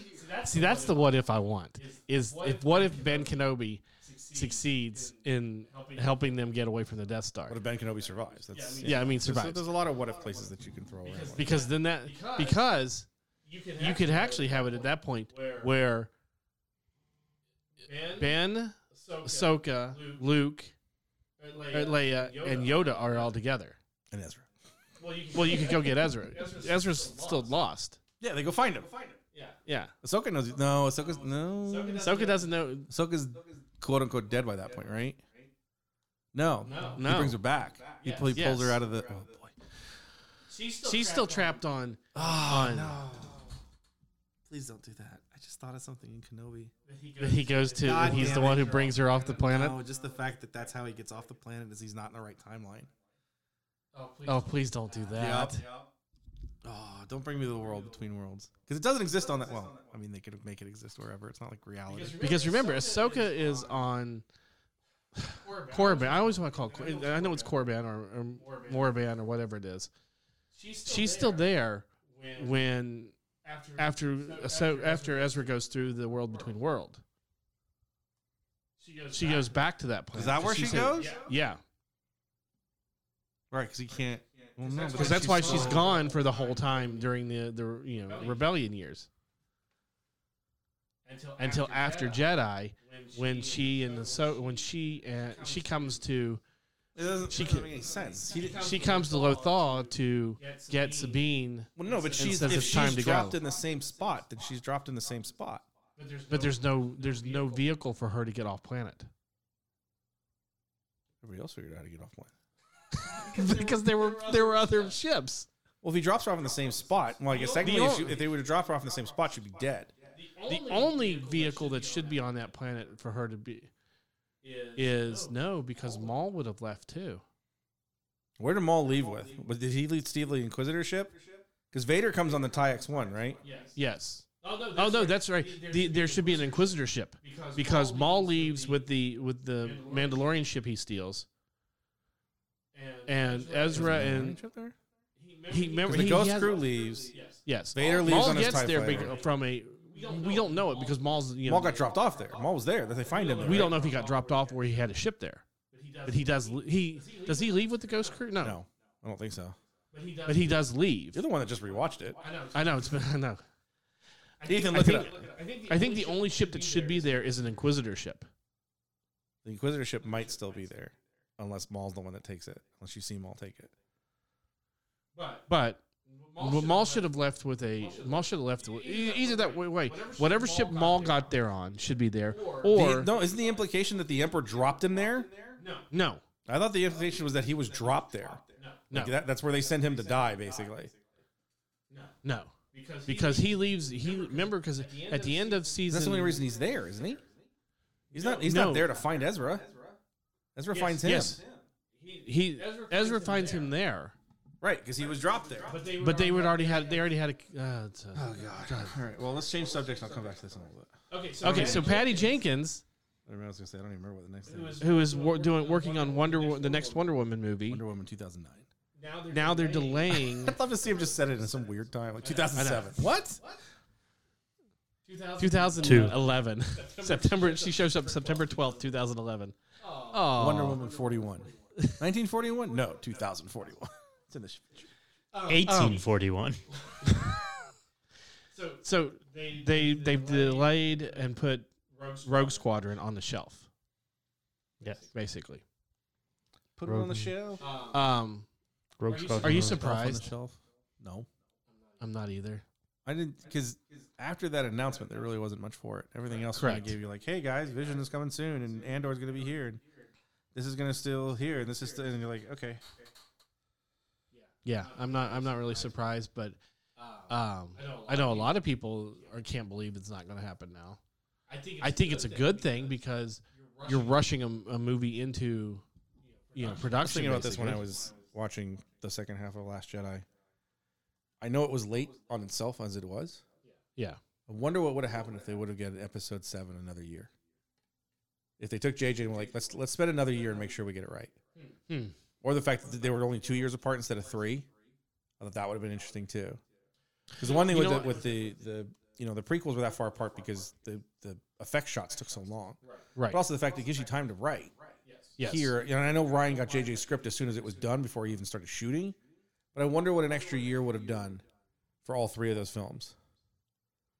S1: See, that's the what if I want. Is if what if Ben Kenobi succeeds in helping them get away from the Death Star?
S3: Ben Kenobi survives? That's,
S1: Yeah, I mean survive
S3: a lot of what if places that you can throw away.
S1: because then that because you could actually have it at that point where Ben, Ahsoka, Luke, or Leia, and Yoda are all together.
S3: And Ezra.
S1: Well, you could go get Ezra. Ezra's still lost.
S3: Yeah, they go find him.
S1: Yeah,
S3: Ahsoka knows. No, Ahsoka's no.
S1: Ahsoka doesn't know.
S3: Ahsoka's quote unquote dead by that point, right? No, no. He
S1: No.
S3: brings her back. He, he pulls
S1: Yes.
S3: her out of the. Oh boy.
S1: She's still trapped on. Oh, on
S3: Please don't do that. I just thought of something in Kenobi.
S1: He goes to.
S3: God
S1: he's
S3: damn
S1: the
S3: it.
S1: one who brings her off the planet.
S3: No, Oh, just the fact that that's how he gets off the planet is he's not in the right timeline.
S1: Oh, please don't do that.
S3: Oh, don't bring me to the world between worlds because it doesn't exist on that. Well, I mean, they could make it exist wherever. It's not like reality.
S1: Because remember, Ahsoka is on Korriban. I always want to call it. Cor- I know it's Korriban or, or Morban or whatever it is. She's still there when after so after Ezra goes through the world between world. She goes back to that planet.
S3: Is that where she
S1: She's in-
S3: goes?
S1: Yeah,
S3: Right, because he can't. Well, no,
S1: because that's why she's gone for the whole time during the the you know rebellion years until after Jedi when she and the so when she and she comes to
S3: It doesn't,
S1: She
S3: she doesn't
S1: can't-
S3: make any sense. He didn't-
S1: she comes to Lothal to get Sabine,
S3: well, no, but she's
S1: says
S3: if
S1: it's
S3: she's
S1: time to go.
S3: dropped in the same spot, then she's dropped in the same spot.
S1: but there's no there's no vehicle for her to get off planet
S3: Everybody else figured out how to get off planet.
S1: <laughs> because there were there were other ships.
S3: Well, if he drops her off in the same spot, well, I guess technically, if,
S1: only-
S3: she- if they would have dropped her off in the same spot, she'd be dead.
S1: The only vehicle that should be on that planet for her to be is no because Maul would have left too.
S3: Where did Maul leave with? Was, did he lead Steve the Inquisitorship? Because Vader comes on the TIEX one, right?
S1: Yes. Oh no, that's, right. The, there should be an inquisitorship because, Maul leaves with the with the Mandalorian ship he steals, and, Ezra and he remember
S3: 'Cause
S1: he,
S3: the Ghost
S1: he has-
S3: Crew leaves.
S1: Yes,
S3: Vader
S1: Maul
S3: leaves on his
S1: gets
S3: TIE
S1: there
S3: fighter.
S1: bec- from a we don't know it because Maul's you know
S3: Maul got dropped off there. Maul was there. That they find him. There,
S1: we
S3: right?
S1: don't know if he got dropped off or he had a ship there, but he does le- he does he leave with the Ghost Crew? No,
S3: No, I don't think so.
S1: but he does leave.
S3: You're the one that just rewatched it.
S1: I know it's been <laughs> I know.
S3: Ethan,
S1: I
S3: look it
S1: think,
S3: up.
S1: I think the only ship that should be there is an Inquisitor ship.
S3: The Inquisitorship might still be there, unless Maul's the one that takes it. Unless you see Maul take it.
S1: But but Maul, should have left with a Maul should have left with, e- either that way. way. Whatever ship Maul got there on should be there, or
S3: The- no, isn't the implication that the emperor dropped him there?
S1: no.
S3: I thought the implication was that he was dropped there.
S1: No,
S3: Like, that, that's where they send him to die, basically.
S1: no, because he, leaves. He remember because at the end of season,
S3: That's the only reason he's there, isn't he? He's not. He's
S1: No.
S3: not there to find Ezra. Ezra finds him,
S1: yes, he Ezra finds him there,
S3: right? Because he was dropped there.
S1: but they would already had they already had a. Uh, it's a-
S3: Oh God! All right. Well, let's change subjects. I'll come back to this in a little bit.
S1: okay, so Patty Jenkins,
S3: I remember I was gonna say I don't even remember what the next thing was.
S1: who is wor- doing working on Wonder Wo- the next Wonder Woman movie,
S3: Wonder Woman 2009.
S1: now they're delaying
S3: I'd love to see him just set it in some weird time, like 2007. What?
S1: 2011 <laughs> September. She shows up September 12th, 2011. Oh,
S3: Wonder Woman 41. 1941? No, 2041. It's in the. Sh-
S2: 1841.
S1: So they, they they've delayed and put Rogue Squadron on the shelf,
S2: Yes.
S1: basically.
S3: Put it on the shelf.
S1: Um,
S2: Rogue Squadron
S1: are you
S2: was-
S3: On the
S1: surprised?
S3: shelf? No,
S1: I'm not either.
S3: I didn't because after that announcement, there really wasn't much for it. Everything else kind of
S1: Correct.
S3: gave you like, "Hey guys, Vision is coming soon, and Andor's going to be here, and this is going to still here, and this is," still, and you're like, "Okay,
S1: Yeah, I'm not. I'm not really surprised, but um, I know a lot of people are, can't believe it's not going to happen now. I think it's, I think it's a good thing because you're rushing a, a movie into you know production.
S3: I was thinking about this when I
S1: basically.
S3: was watching the second half of Last Jedi. I know it was late on itself as it was.
S1: yeah.
S3: I wonder what would have happened if they would have gotten Episode Seven another year. If they took JJ and were like, let's let's spend another year and make sure we get it right,
S1: Hmm.
S3: or the fact that they were only two years apart instead of three, I thought that would have been interesting too. Because the one thing
S1: You
S3: with
S1: know what-
S3: the, with the the you know the prequels were that far apart because the the effect shots took so long,
S1: Right.
S3: but also the fact it gives you time to write
S1: Yes.
S3: here. And I know Ryan got JJ's script as soon as it was done before he even started shooting, but I wonder what an extra year would have done for all three of those films.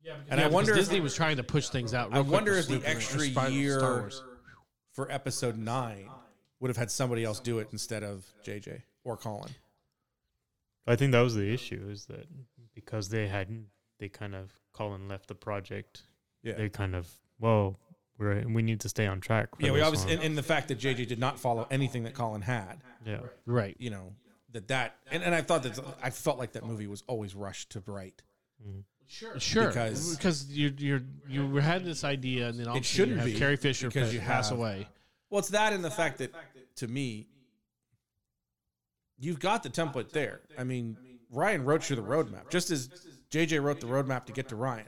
S3: and
S1: Yeah,
S3: I
S1: because
S3: wonder. If,
S1: Disney was trying to push things out.
S3: I
S1: real quick
S3: wonder
S1: for
S3: if the
S1: Superman or
S3: extra
S1: Spider- Star
S3: year
S1: Wars.
S3: for Episode Nine would have had somebody else do it instead of JJ or Colin.
S2: I think that was the issue is that because they hadn't, they kind of Colin left the project.
S3: Yeah.
S2: They kind of well, we're we need to stay on track. For
S3: yeah, we
S2: this
S3: obviously,
S2: one.
S3: and, and the fact that JJ did not follow anything that Colin had,
S2: yeah,
S1: right?
S3: you know, that that, and, and I thought that, I felt like that movie was always rushed to write.
S1: Sure,
S3: Because-
S1: because you you you had this idea, and then all of a sudden you
S3: shouldn't
S1: have
S3: be,
S1: Carrie Fisher
S3: because
S1: pa-
S3: you
S1: pass
S3: have-
S1: away.
S3: Well, it's that and the fact that, to me, you've got the template there. I mean, Ryan wrote you the roadmap, just as JJ wrote the roadmap to get to Ryan.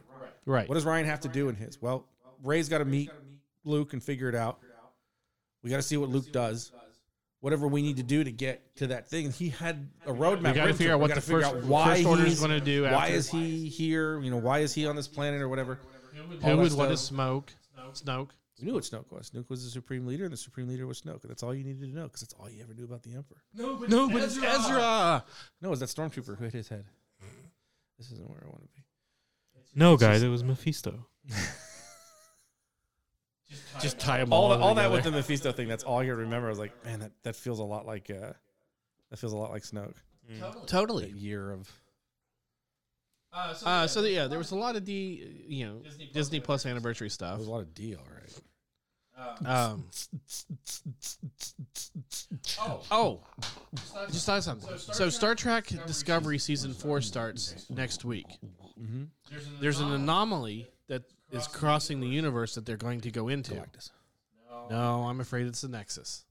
S1: Right.
S3: What does Ryan have to do in his? Well, Ray's got to meet Luke and figure it out. We got to see what Luke does. Whatever we need to do to get to that thing, he had a roadmap.
S1: we got to
S3: written
S1: figure
S3: him.
S1: out
S3: We
S1: what
S3: gotta
S1: the
S3: figure
S1: first,
S3: out why
S1: first order
S3: he's-
S1: is going to do.
S3: Why
S1: after.
S3: is he here? You know, why is he on this planet or whatever?
S1: Who
S3: that
S1: would want to
S3: stuff.
S1: smoke? Snoke.
S3: We knew what Snoke was. Snoke was the supreme leader, and the supreme leader was Snoke. And that's all you needed to know, because that's all you ever knew about the Emperor.
S1: No, but it's Ezra.
S3: No, it was that stormtrooper who hit his head. This isn't where I want to be.
S2: no, guys, it was Mephisto.
S1: Just tie them
S3: All,
S1: all.
S3: all, that
S1: together.
S3: with the Mephisto thing, that's all you remember. I was like, man, that, that feels a lot like uh, that feels a lot like Snoke. That
S1: totally.
S3: year of
S1: Uh, so yeah, there was a lot of the you know Disney Plus anniversary stuff.
S3: that was a lot of D, all right.
S1: Um, oh, I just thought of something. So Star, Trek Discovery, season four starts next week. There's an anomaly that is crossing the universe that they're going to go into. No, I'm afraid it's the Nexus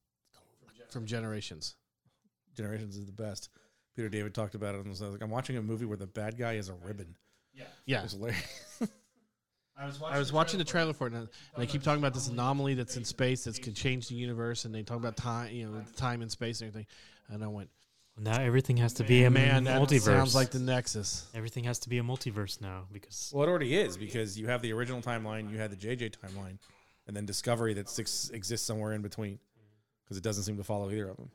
S1: from Generations.
S3: Generations is the best. Peter David talked about it, and I was like, I'm watching a movie where the bad guy is a ribbon.
S1: Yeah,
S3: It's hilarious.
S1: I was watching the trailer for it, and and they keep talking about this anomaly that's in space that can change the universe, and they talk about time, you know, time and space and everything. And I went,
S2: Now everything has to be a
S1: man, that
S2: multiverse.
S1: sounds like the Nexus.
S2: everything has to be a multiverse now because
S3: Well, it already is because you have the original timeline, you had the JJ timeline, and then Discovery that six exists somewhere in between because it doesn't seem to follow either of them.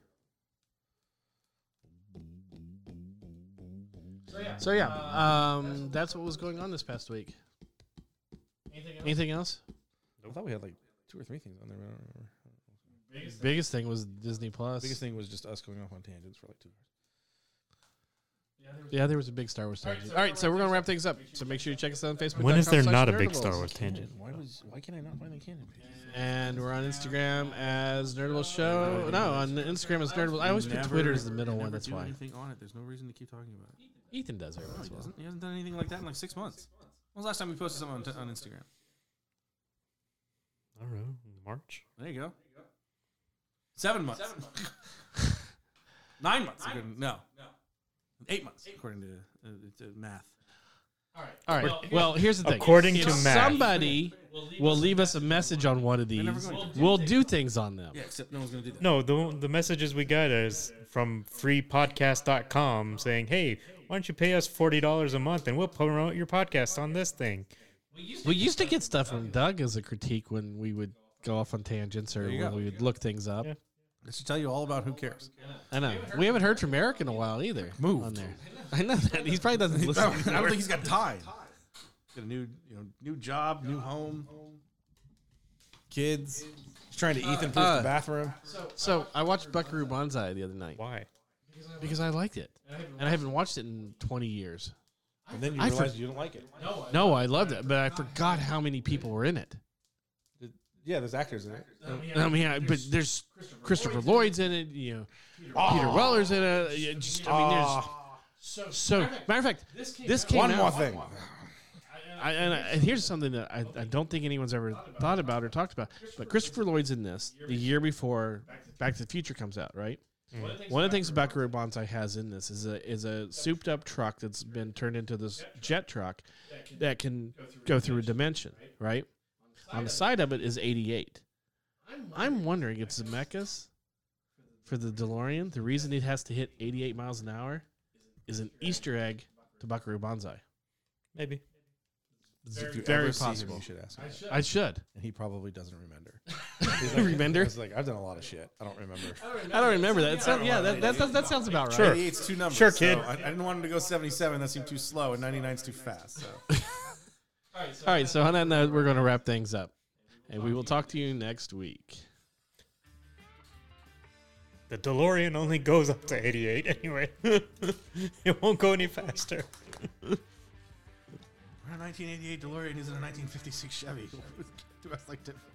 S1: So yeah, um, that's what was going on this past week. Anything else?
S3: I thought we had like two or three things on there. But I don't remember.
S1: Biggest thing was Disney Plus.
S3: Biggest thing was just us going off on tangents for like two hours.
S1: Yeah, there was a big Star Wars tangent. All right, so we're gonna wrap things up. So make sure you check us out on Facebook.
S2: When is there not a big Star Wars tangent?
S3: Why was? Why can I not find the canon page?
S1: And we're on Instagram as Nerdable Show. No, on Instagram as Nerdable. I always put Twitter as the middle one. That's why
S3: Anything on it? There's no reason to keep talking about it.
S1: Ethan does every once in a while.
S3: He hasn't done anything like that in like six months. When was the last time we posted something on, on Instagram?
S2: I don't know. March.
S3: There you go. Seven months. <laughs> Nine months. according- No. Eight months, according to, uh, to math.
S1: All right. Well, here's the thing.
S2: According to
S1: If
S2: Matt.
S1: somebody will leave us a message on one of these,
S3: going
S1: we'll do things on them.
S3: Yeah, except no one's going to do that.
S2: No, the the messages we got is from freepodcast.com saying, "Hey, why don't you pay us forty dollars a month and we'll promote your podcast on this thing?"
S1: We used to get stuff from Doug as a critique when we would go off on tangents or
S3: you
S1: when
S3: go.
S1: we would look things up.
S2: Yeah.
S3: This should tell you all about who cares.
S1: I know. We haven't heard from Eric in a while either.
S3: Moved.
S1: on there. <laughs> I know that he probably
S3: <laughs>
S1: doesn't
S3: I
S1: listen.
S3: don't I don't think he's got time. Got a new, you know, new job, new home, kids. He's trying to Ethan proof
S1: uh.
S3: the bathroom.
S1: So I watched Buckaroo Banzai the other night
S2: Why?
S1: because I liked it, and I haven't watched it in 20 years.
S3: And then you
S1: I
S3: realize
S1: for-
S3: you didn't like it.
S1: No, I loved it, but I forgot how many people were in it.
S3: Yeah, there's actors in it.
S1: I mean, I, but there's Christopher Lloyd's in it. You know,
S3: Ah.
S1: Peter Weller's in it. yeah, Just, I mean, there's so. Matter of fact, this came,
S3: One
S1: out-
S3: more thing.
S1: I, and, I, and here's something that I, I don't think anyone's ever thought about or talked about. But Christopher Lloyd's in this the year before Back to the Future comes out, right? One of the things Buckaroo Banzai has in this is a is a souped up truck that's been turned into this jet truck that can go through a dimension, right? On the side of it is 88. I'm wondering if Zemeckis, for the DeLorean, the reason it has to hit 88 miles an hour is an Easter egg to Buckaroo Banzai.
S2: Maybe.
S3: If you
S1: very
S3: ever see him,
S1: possible.
S3: you should ask. him.
S1: I <laughs> should.
S3: And he probably doesn't remember.
S1: Remender?
S3: <laughs> It's like I've done a lot of shit. I don't remember.
S1: I don't remember that. It sounds, yeah, that, that, that, that sounds about right.
S2: Sure.
S3: 88's two numbers.
S2: Sure, kid.
S3: so I, I didn't want him to go 77. That seemed too slow, and 99's too fast. So.
S1: All right, so on that note, we're going to wrap things up. And we will talk to you next week.
S2: The DeLorean only goes up to 88 anyway. <laughs> it won't go any faster.
S3: <laughs> We're in a 1988 DeLorean. He's in a 1956 Chevy. Do us like different.